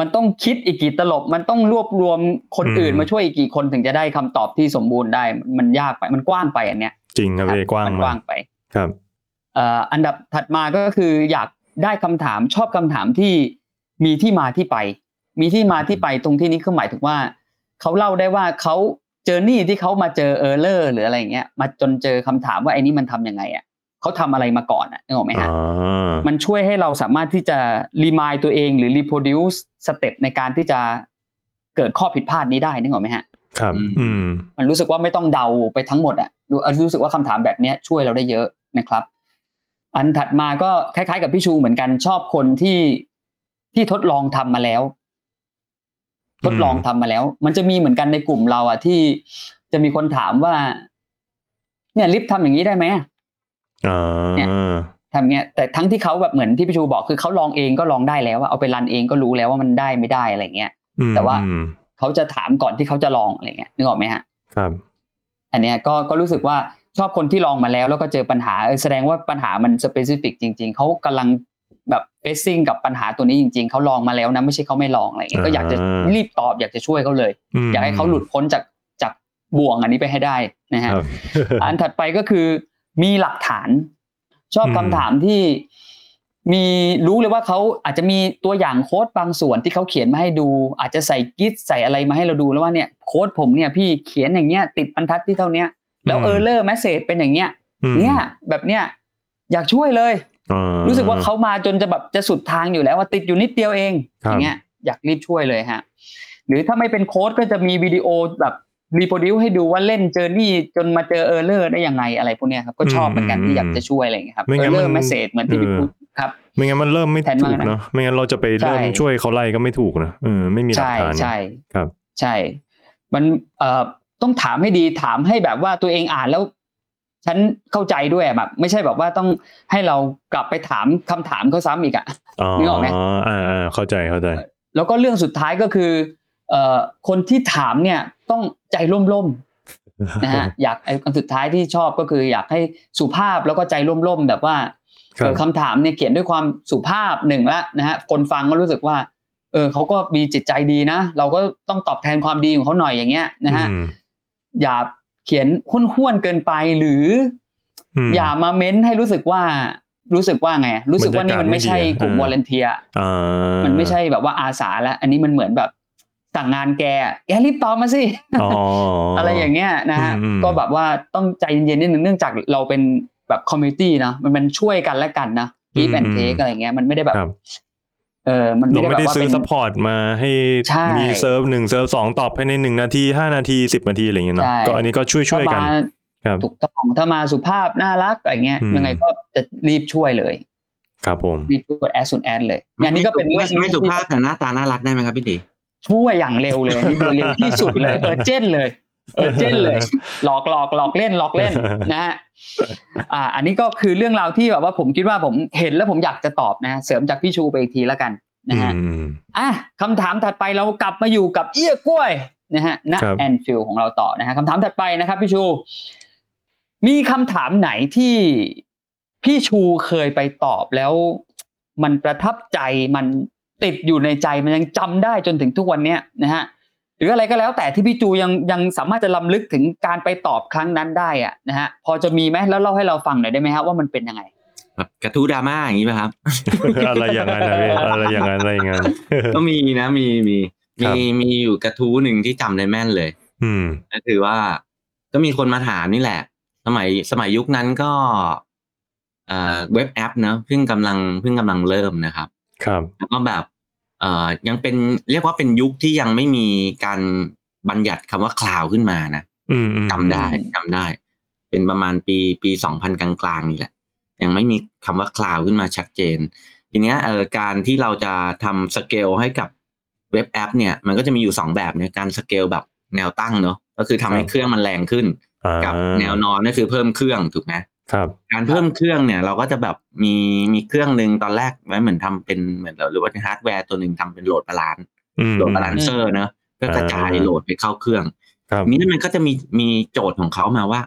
Speaker 2: มันต้องคิดอีกกี่ตลบ มันต้องรวบรวมคนอื่น
Speaker 3: อืม
Speaker 2: มาช่วยอีกกี่คนถึงจะได้คำตอบที่สมบูรณ์ได้ มันยากไปมันกว้างไปอันเนี้ย
Speaker 3: จริงครับ
Speaker 2: ครับ
Speaker 3: พี่กว้าง
Speaker 2: มันก
Speaker 3: มา
Speaker 2: ว้าก งไป
Speaker 3: ครับ
Speaker 2: เอ่ออันดับถัดมาก็คืออยากได้คำถามชอบคำถามที่มีที่มาที่ไป มีที่มาที่ไปตรงที่นี้คือหมายถึงว่าเขาเล่าได้ว่าเขาเจอร์นี่ที่เขามาเจอเออร์เลอร์หรืออะไรอย่างเงี้ยมาจนเจอคำถามว่าไอ้นี่มันทำยังไงอ่ะเขาทำอะไรมาก่อนอ่ะนึกออกไหมฮะ
Speaker 3: อ่า
Speaker 2: มันช่วยให้เราสามารถที่จะรีมายตัวเองหรือรีโปรดิวส์สเต็ปในการที่จะเกิดข้อผิดพลาดนี้ได้นึกออกไหมฮะ
Speaker 3: ครับ อืม
Speaker 2: มันรู้สึกว่าไม่ต้องเดาไปทั้งหมดอะรู้รู้สึกว่าคำถามแบบเนี้ยช่วยเราได้เยอะนะครับ อันถัดมาก็คล้าย ๆ กับพี่ชูเหมือนกันชอบคนที่ที่ทดลองทำมาแล้ว ทดลองทำมาแล้ว มันจะมีเหมือนกันในกลุ่มเราอะที่จะมีคนถามว่า เนี่ยลิฟต์ทำอย่างนี้ได้ไหมอะ
Speaker 3: อ่
Speaker 2: เนี่ย
Speaker 3: า
Speaker 2: ทำเงี้ยแต่ทั้งที่เขาแบบเหมือนที่พี่ชูบอกคือเขาลองเองก็ลองได้แล้วอะเอาไปรันเองก็รู้แล้วว่ามันได้ไม่ได้อะไรเงี้ย
Speaker 3: อืม
Speaker 2: แต่ว่า
Speaker 3: อืม
Speaker 2: เขาจะถามก่อนที่เขาจะลองอะไรเงี้ยนึกออกไหมฮะ
Speaker 3: ครับ
Speaker 2: อันเนี้ยก็ก็รู้สึกว่าชอบคนที่ลองมาแล้วแล้วก็เจอปัญหาเออแสดงว่าปัญหามันสเปซิฟิกจริง ๆเขากำลังแบบเฟซซิ่งกับปัญหาตัวนี้จริง ๆเขาลองมาแล้วนะไม่ใช่เขาไม่ลองอะไรเงี้ยก็อยากจะ
Speaker 3: อ่า
Speaker 2: รีบตอบอยากจะช่วยเขาเลย
Speaker 3: ม
Speaker 2: อยากให้เขาหลุดพ้นจากจากบ่วงอันนี้ไปให้ได้นะฮะ
Speaker 3: ครับ
Speaker 2: อันถัดไปก็คือมีหลักฐาน ชอบ
Speaker 3: อืม
Speaker 2: คำถามที่มีรู้เลยว่าเขาอาจจะมีตัวอย่างโค้ดบางส่วนที่เขาเขียนมาให้ดู อาจจะใส่กิจใส่อะไรมาให้เราดูแล้วว่าเนี่ยโค้ดผมเนี่ยพี่เขียนอย่างเงี้ยติดบรรทัดที่เท่าเนี้ยแล้วเออร์เลอร์แมสเซจเป็นอย่างเงี้ย
Speaker 3: อืม
Speaker 2: เนี่ยแบบเนี้ยอยากช่วยเลย
Speaker 3: อ่า
Speaker 2: รู้สึกว่าเขามาจนจะแบบจะสุดทางอยู่แล้วว่าติดอยู่นิดเดียวเอง
Speaker 3: ครั
Speaker 2: อบ ย่างเงี้ยอยากรีบช่วยเลยฮะหรือถ้าไม่เป็นโค้ดก็จะมีวิดีโอแบบรีโปรดิวให้ดูว่าเล่นเจอร์นี่จนมาเจอเออร์เลอร์ได้ยังไงอะไรพวกเนี้ยครับก็ชอบเหมือนกันที่อยากจะช่วยอะไรอย่างเงี้ยครับเอ
Speaker 3: ไม่
Speaker 2: อ
Speaker 3: งั้น
Speaker 2: ร์เลอน
Speaker 3: มั
Speaker 2: ร์เมสเซจเหมือนที่พี่
Speaker 3: เออ
Speaker 2: พูดครับ
Speaker 3: ไม่งั้นมันเริ่มไม่
Speaker 2: แผนมา
Speaker 3: ถูกเนาะไม่งั้นเราจะไปเริ่ม
Speaker 2: ใช่
Speaker 3: ช่วยเขาไล่ก็ไม่ถูกนะเออไม่มีหลัก
Speaker 2: ใช่
Speaker 3: ฐาน
Speaker 2: ใช่
Speaker 3: ครับ
Speaker 2: ใช่ มันเอ่อต้องถามให้ดีถามให้แบบว่าตัวเองอ่านแล้ว ฉันเข้าใจด้วยแบบ ไม่ใช่แบบว่าต้องให้เรากลับไปถามคำถามเขาซ้ำอีกอะ
Speaker 3: อ๋อ
Speaker 2: นึกออกไหม
Speaker 3: อ่าอ่าเข้าใจเข้าใจ
Speaker 2: แล้วก็เรื่องสุดท้ายก็คือเอ่อคนที่ถามเนี่ยต้องใจร่มๆนะฮะ อยากไอ้คนสุดท้ายที่ชอบก็คือ อยากให้สุภาพแล้วก็ใจร่มๆแบบว่า
Speaker 3: ครับ
Speaker 2: เออคำถามเนี่ยเขียนด้วยความสุภาพหนึ่งละนะฮะคนฟังก็รู้สึกว่า เออเขาก็มีจิตใจดีนะ เราก็ต้องตอบแทนความดีของเขาหน่อยอย่างเงี้ยนะฮะ
Speaker 3: อืม
Speaker 2: อย่าเขียนห้วนๆเกินไปหรืออ
Speaker 3: ม
Speaker 2: อย่ามาเม้นให้รู้สึกว่า รู้สึกว่าไงรู้สึกว่านี่มันไม่ใช่กลุ่ม
Speaker 3: บรรยากาศไม่ดีอะ
Speaker 2: วอลเนเทีย
Speaker 3: อ่ามั
Speaker 2: มันไม่ใช่แบบว่าอาสาแล้ว อันนี้มันเหมือนแบบสั่งงานแกอะแกรีบตอบมาสิ
Speaker 3: อ๋อ
Speaker 2: อะไรอย่างเงี้ยนะฮะ
Speaker 3: อืมอืม
Speaker 2: ก็แบบว่าต้องใจเย็นๆนิดนึงเนื่องจากเราเป็น แบบคอมมูนิตี้นะมันมันช่วยกันและกันนะ give and take อะไรเงี้ยมันไม่ได้แบบ
Speaker 3: ครับ
Speaker 2: เออมันไม่
Speaker 3: เรา
Speaker 2: ได้
Speaker 3: ไม่
Speaker 2: แบบ
Speaker 3: ได้
Speaker 2: ว่า
Speaker 3: ซื้
Speaker 2: เป็
Speaker 3: อน ซัพพอร์ตมาให้
Speaker 2: ใช่
Speaker 3: มีเซิร์ฟหนึ่งเซิร์ฟสองตอบภายในหนึ่งนาทีห้านาทีสิบนาทีอะไรอย่างเงี้ยเนาะ
Speaker 2: ใช่
Speaker 3: ก็อันนี้ก็ช่วยช่วยกัน
Speaker 2: ถ้ามา
Speaker 3: ครับ
Speaker 2: ถูกต้องถ้ามาสุภาพน่ารักอะไรเงี้ย
Speaker 3: อืม
Speaker 2: ยังไงก็จะรีบช่วยเลย
Speaker 3: ครับผม
Speaker 2: รีบช่วยแอสซูนแอดเลยอันนี้ก็เป็น
Speaker 4: ไม่
Speaker 2: เรื่องหนึ่ง
Speaker 4: ไม่สุภาพแต่หน้าตาน่ารักได้ไหมครับพี่ตี
Speaker 2: ช่วยอย่างเร็วเลยนี่คือเร็วที่สุดเลยเออเจนเลยเออเจนเลย หลอกหลอกหลอกเล่นหลอกเล่น นะฮะอ่า อันนี้ก็คือเรื่องราวที่แบบว่าผมคิดว่าผมเห็นแล้วผมอยากจะตอบนะฮะเสริมจากพี่ชูไปอีกทีแล้วกันนะฮะ
Speaker 3: อืม
Speaker 2: อ่ะคำถามถัดไปเรากลับมาอยู่กับเอี้ยกล้วยนะฮะณ
Speaker 3: ครับ
Speaker 2: แอนฟิลของเราต่อนะฮะคำถามถัดไปนะครับพี่ชู มีคำถามไหนที่พี่ชูเคยไปตอบแล้ว มันประทับใจมันติดอยู่ในใจมันยังจำได้จนถึงทุกวันเนี้ยนะฮะหรืออะไรก็แล้วแต่ที่พี่จูยังยังสามารถจะลำลึกถึงการไปตอบครั้งนั้นได้อะนะฮะพอจะมีไหมแล้วเล่าให้เราฟังหน่อยได้ไหมฮะว่ามันเป็นยังไง
Speaker 4: แบบกระทู้ดราม่าอย่างนี้ป่ะครับ
Speaker 3: อะไรอย่างนั้นนะเว้ยอะไรอย่างนั้นอะไรอย่างนั้น
Speaker 4: ก็มีนะมีมี
Speaker 3: ครับ
Speaker 4: มีมีอยู่กระทู้หนึ่งที่จำได้แม่นเลย
Speaker 3: อืม
Speaker 4: ก็คือว่าก็มีคนมาถามนี่แหละ สมัยสมัยยุคนั้นก็เอ่อเว็บแอปเนอะเพิ่งกำลังเพิ่งกำลังเริ่มนะครับ
Speaker 3: ครับ
Speaker 4: แล้วก็แบบเอ่อยังเป็นเรียกว่าเป็นยุคที่ยังไม่มีการบัญญัติคำว่าคลาวขึ้นมานะ
Speaker 3: อืมอืม
Speaker 4: จำได้
Speaker 2: อืม
Speaker 4: จำได้ เป็นประมาณปีปีสองพันกลางๆนี่แหละ ยังไม่มีคำว่าคลาวขึ้นมาชัดเจน ทีเนี้ยเอ่อการที่เราจะทำสเกลให้กับเว็บแอป เนี่ย มันก็จะมีอยู่สองแบบเนี่ยการสเกลแบบแนวตั้งเนอะก็คือทำให้เครื่องมันแรงขึ้น
Speaker 3: อ่า
Speaker 4: กับแนวนอนก็คือเพิ่มเครื่องถูกไหม
Speaker 3: ครับ
Speaker 4: การเพิ่มเครื่องเนี่ยเราก็จะแบบมีมีเครื่องหนึ่งตอนแรกไว้เหมือนทำเป็นเหมือนหรือว่าฮาร์ดแวร์ตัวหนึ่งทำเป็นโหลดบาลานซ์
Speaker 3: อืม
Speaker 4: โหลดบาลานเซอร์เนอะก็กระจาย
Speaker 3: อ่า
Speaker 4: โหลดไปเข้าเครื่อง
Speaker 3: ครับ
Speaker 4: นี่มันก็จะมีมีโจทย์ของเขามาว่า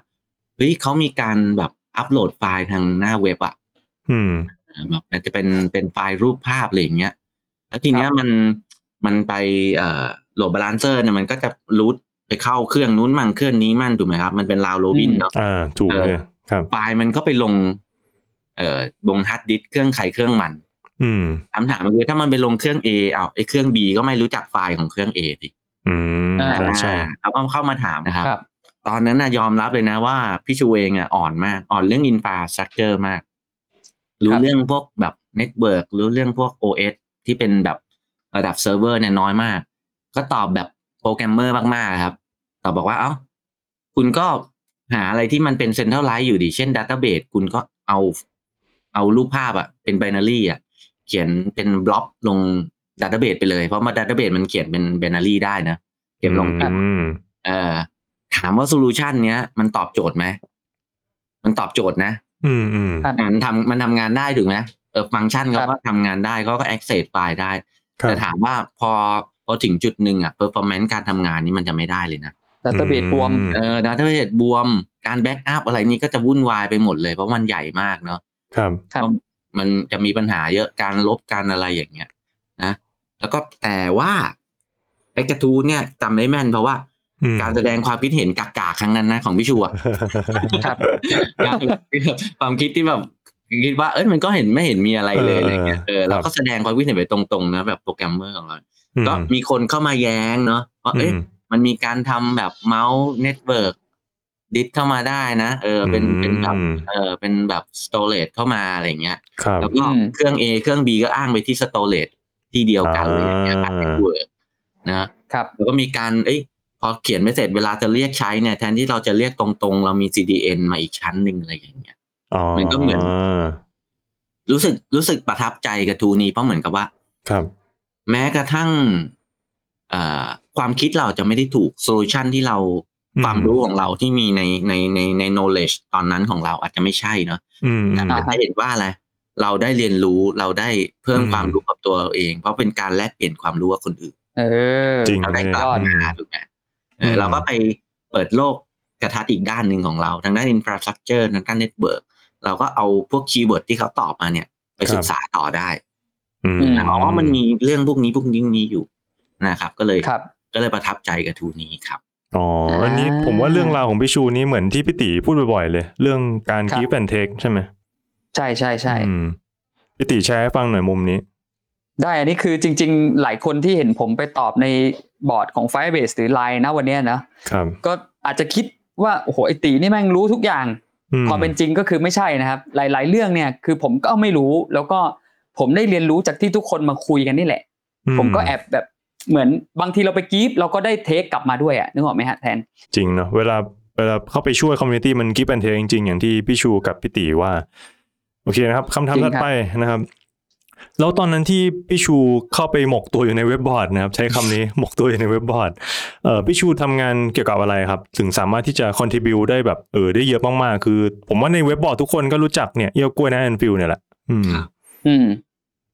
Speaker 4: เฮ้ยเขามีการแบบอัปโหลดไฟล์ทางหน้าเว็บอะ
Speaker 3: อืม
Speaker 4: แบบอาจจะเป็นเป็นไฟล์รูปภาพอะไรอย่างเงี้ยแล้วทีเนี้ยมันมันไปเอ่อโหลดบาลานเซอร์เนี่ยมันก็จะรูทไปเข้าเครื่องนู้นมั่งเครื่องนี้มั่งถูกไหมครับมันเป็นราวโรบินเนอะ
Speaker 3: อ่า ถูก
Speaker 4: เออ
Speaker 3: เลยครับ
Speaker 4: ไฟล์มันก็ไปลง เอ่อลงฮาร์ดดิสก์เครื่องใครเครื่องมัน
Speaker 3: อืม
Speaker 4: คำถามก็คือถ้ามันไปลงเครื่อง A อ้าวไอ้เครื่อง B ก็ไม่รู้จักไฟล์ของเครื่อง A ดิ
Speaker 3: อืม
Speaker 2: อ่า
Speaker 3: ใช่ใช่
Speaker 4: เขาก็เข้ามาถามนะครับ
Speaker 2: ครับ
Speaker 4: ตอนนั้นนะยอมรับเลยนะว่าพี่ชูเองอ่ะอ่อนมาก อ่อนเรื่องอินฟาสตรักเจอร์มาก รู้
Speaker 2: ครับ
Speaker 4: เรื่องพวกแบบเน็ตเวิร์กรู้เรื่องพวก OS ที่เป็นแบบระดับเซิร์ฟเวอร์เนี่ยน้อยมาก ก็ตอบแบบโปรแกรมเมอร์มากๆครับ ตอบบอกว่าเอ้า คุณก็หาอะไรที่มันเป็นเซ็นทรัลไลซ์อยู่ดิ เช่นดัต a b เบ e คุณก็เอาเอารูปภาพอะเป็นไบนารีอะเขียนเป็นบล็อบลงดัต a b เบ e ไปเลย เพราะมาดัต a b เบ e มันเขียนเป็นไบนารีได้นะเก็บลง
Speaker 3: อืม
Speaker 4: เอ่อถามว่าโซลูชันเนี้ยมันตอบโจทย์ไหม มันตอบโจทย์นะ
Speaker 3: อืมอืม
Speaker 2: ครับ
Speaker 4: อ่ะมันทำมันทำงานได้ถูกไหมเออฟังก์ชันเขา
Speaker 2: ครั
Speaker 4: ก็
Speaker 2: บ
Speaker 4: ทำงานได้เขาก็ access ไฟล์ได้
Speaker 3: ครั
Speaker 4: แต่
Speaker 3: บ
Speaker 4: ถามว่าพอพอถึงจุดหนึ่งอ่ะ performance การทำงานนี้มันจะไม่ได้เลยนะ
Speaker 2: ดัตเตอร์เบดบวม
Speaker 3: อื
Speaker 4: เออ database บวมการ backup อะไรนี่ก็จะวุ่นวายไปหมดเลย เพราะมันใหญ่มากเนาะ
Speaker 3: ครับ
Speaker 2: ครับ
Speaker 4: ก็มันจะมีปัญหาเยอะการลบการอะไรอย่างเงี้ยนะ แล้วก็แต่ว่าไอ้กระทู้เนี่ยจำได้แม่นเพราะว่า
Speaker 3: อืม
Speaker 4: การแสดงความคิดเห็นกากๆครั้งนั้นนะของพี่ชูอะ
Speaker 2: ครับ
Speaker 4: การความคิดที่แบบคิดว่าเอ้ยมันก็เห็นไม่เห็นมีอะไรเลย
Speaker 3: เออ
Speaker 4: อะไรเงี้ยเออเรา
Speaker 3: ครั
Speaker 4: ก็
Speaker 3: บ
Speaker 4: แสดงความคิดเห็นไปตรงๆนะแบบโปรแกรมเมอร์ของเรา
Speaker 3: อืม
Speaker 4: ก็มีคนเข้ามาแย้งเนาะว่าเอ้ย
Speaker 3: อืม
Speaker 4: มันมีการทำแบบเมาส์เน็ตเวิร์กดิสเข้ามาได้นะ เออเป็นเป็นแบบ
Speaker 3: อืม
Speaker 4: เออเป็นแบบสโตรเลจเข้ามาอะไรเงี้ย
Speaker 3: ครับ
Speaker 4: แล้วก็
Speaker 2: อืม
Speaker 4: เครื่อง A เครื่อง B ก็อ้างไปที่สโตรเลจที่เดียวกันเลยอย่างเงี้ย
Speaker 3: อ่า
Speaker 4: เน็ตเวิร์กนะ
Speaker 2: ครับ
Speaker 4: แล้วก็มีการ เอ้ย พอเขียนไม่เสร็จเวลาจะเรียกใช้เนี่ย แทนที่เราจะเรียกตรงๆ เรามี CDN มาอีกชั้นหนึ่งอะไรอย่างเงี้ย
Speaker 3: อ๋อ
Speaker 4: มันก็เหมือน รู้สึก รู้สึกประทับใจกับทูนี้เพราะเหมือนกับว่า
Speaker 3: ครับ
Speaker 4: แม้กระทั่งเอ่อความคิดเราจะไม่ได้ถูกโซลูชันที่เรา
Speaker 3: อืม
Speaker 4: ความรู้ของเราที่มีในในในใน knowledge ตอนนั้นของเราอาจจะไม่ใช่เนาะ
Speaker 3: อืมอืม
Speaker 4: แต่ให้เห็นว่าอะไร เราได้เรียนรู้ เราได้เพิ่ม
Speaker 3: อืม
Speaker 4: ความรู้กับตัวเราเอง เพราะเป็นการแลกเปลี่ยนความรู้กับคนอื่น
Speaker 2: เออ
Speaker 3: จริง
Speaker 4: เรา
Speaker 3: เล
Speaker 4: ได้
Speaker 3: ย
Speaker 4: กลับ
Speaker 2: ยอด
Speaker 4: มาถูกไหมเออเราก็ไปเปิดโลกกระทัดอีกด้านหนึ่งของเรา ทางด้านอินฟราสตรักเจอร์ทางด้านเน็ตเวิร์กเราก็เอาพวกคีย์เวิร์ดที่เขาตอบมาเนี่ย ไปศึกษาต่อได้
Speaker 3: อืม
Speaker 4: นะอ๋อมันมีเรื่องพวกนี้พวกนี้นี้อยู่นะครับ ก็เลย
Speaker 2: ครับ
Speaker 4: ก็เลยประทับใจกับทูนี้ครับ
Speaker 3: อ๋ออันนี้ผมว่าเรื่องราวของพี่ชูนี้เหมือนที่พี่ตีพูดบ่อยๆเลย เรื่องการ
Speaker 2: ครับ
Speaker 3: กีฟแอนเทคใช่ไหม
Speaker 2: ใช่ใช่ใช่
Speaker 3: อืมพี่ตีแชร์ให้ฟังหน่อยมุมนี้
Speaker 2: ได้ อันนี้คือจริง ๆ หลายคนที่เห็นผมไปตอบในบอร์ดของ Firebase หรือ Line นะวันเนี้ยนะ
Speaker 3: ครับ
Speaker 2: ก็อาจจะคิดว่า โอ้โห ไอตีนี่แม่งรู้ทุกอย่าง
Speaker 3: อืม
Speaker 2: ความเป็นจริงก็คือไม่ใช่นะครับ หลาย ๆ เรื่องเนี่ยคือผมก็ไม่รู้ แล้วก็ผมได้เรียนรู้จากที่ทุกคนมาคุยกันนี่แหละ ผมก็แอบแบบเหมือนบางทีเราไปกรีฟเราก็ได้เทคกลับมาด้วยอะนึกออกไหมฮะแทน
Speaker 3: จริงเนาะเวลาเวลาเข้าไปช่วยคอมมูนิตี้มันกิฟต์แอนเทจริงๆ อย่างที่พี่ชูกับพี่ตีว่า โอเคนะครับคำถา
Speaker 2: จ
Speaker 3: ม
Speaker 2: ริงครั
Speaker 3: ถั
Speaker 2: บ
Speaker 3: ดไปนะครับ แล้วตอนนั้นที่พี่ชูเข้าไปหมกตัวอยู่ในเว็บบอร์ดนะครับ ใช้คำนี้ หมกตัวอยู่ในเว็บบอร์ดเอ่อพี่ชูทำงานเกี่ยวกับอะไรครับ ถึงสามารถที่จะคอนทิบิวได้แบบเออได้เยอะมากๆ คือ ผมว่าในเว็บบอร์ดทุกคนก็รู้จักเนี่ยเอี้ยวกล้วยนะแอนฟิลเนี่ยแหละอืม
Speaker 4: ครับ
Speaker 2: อืม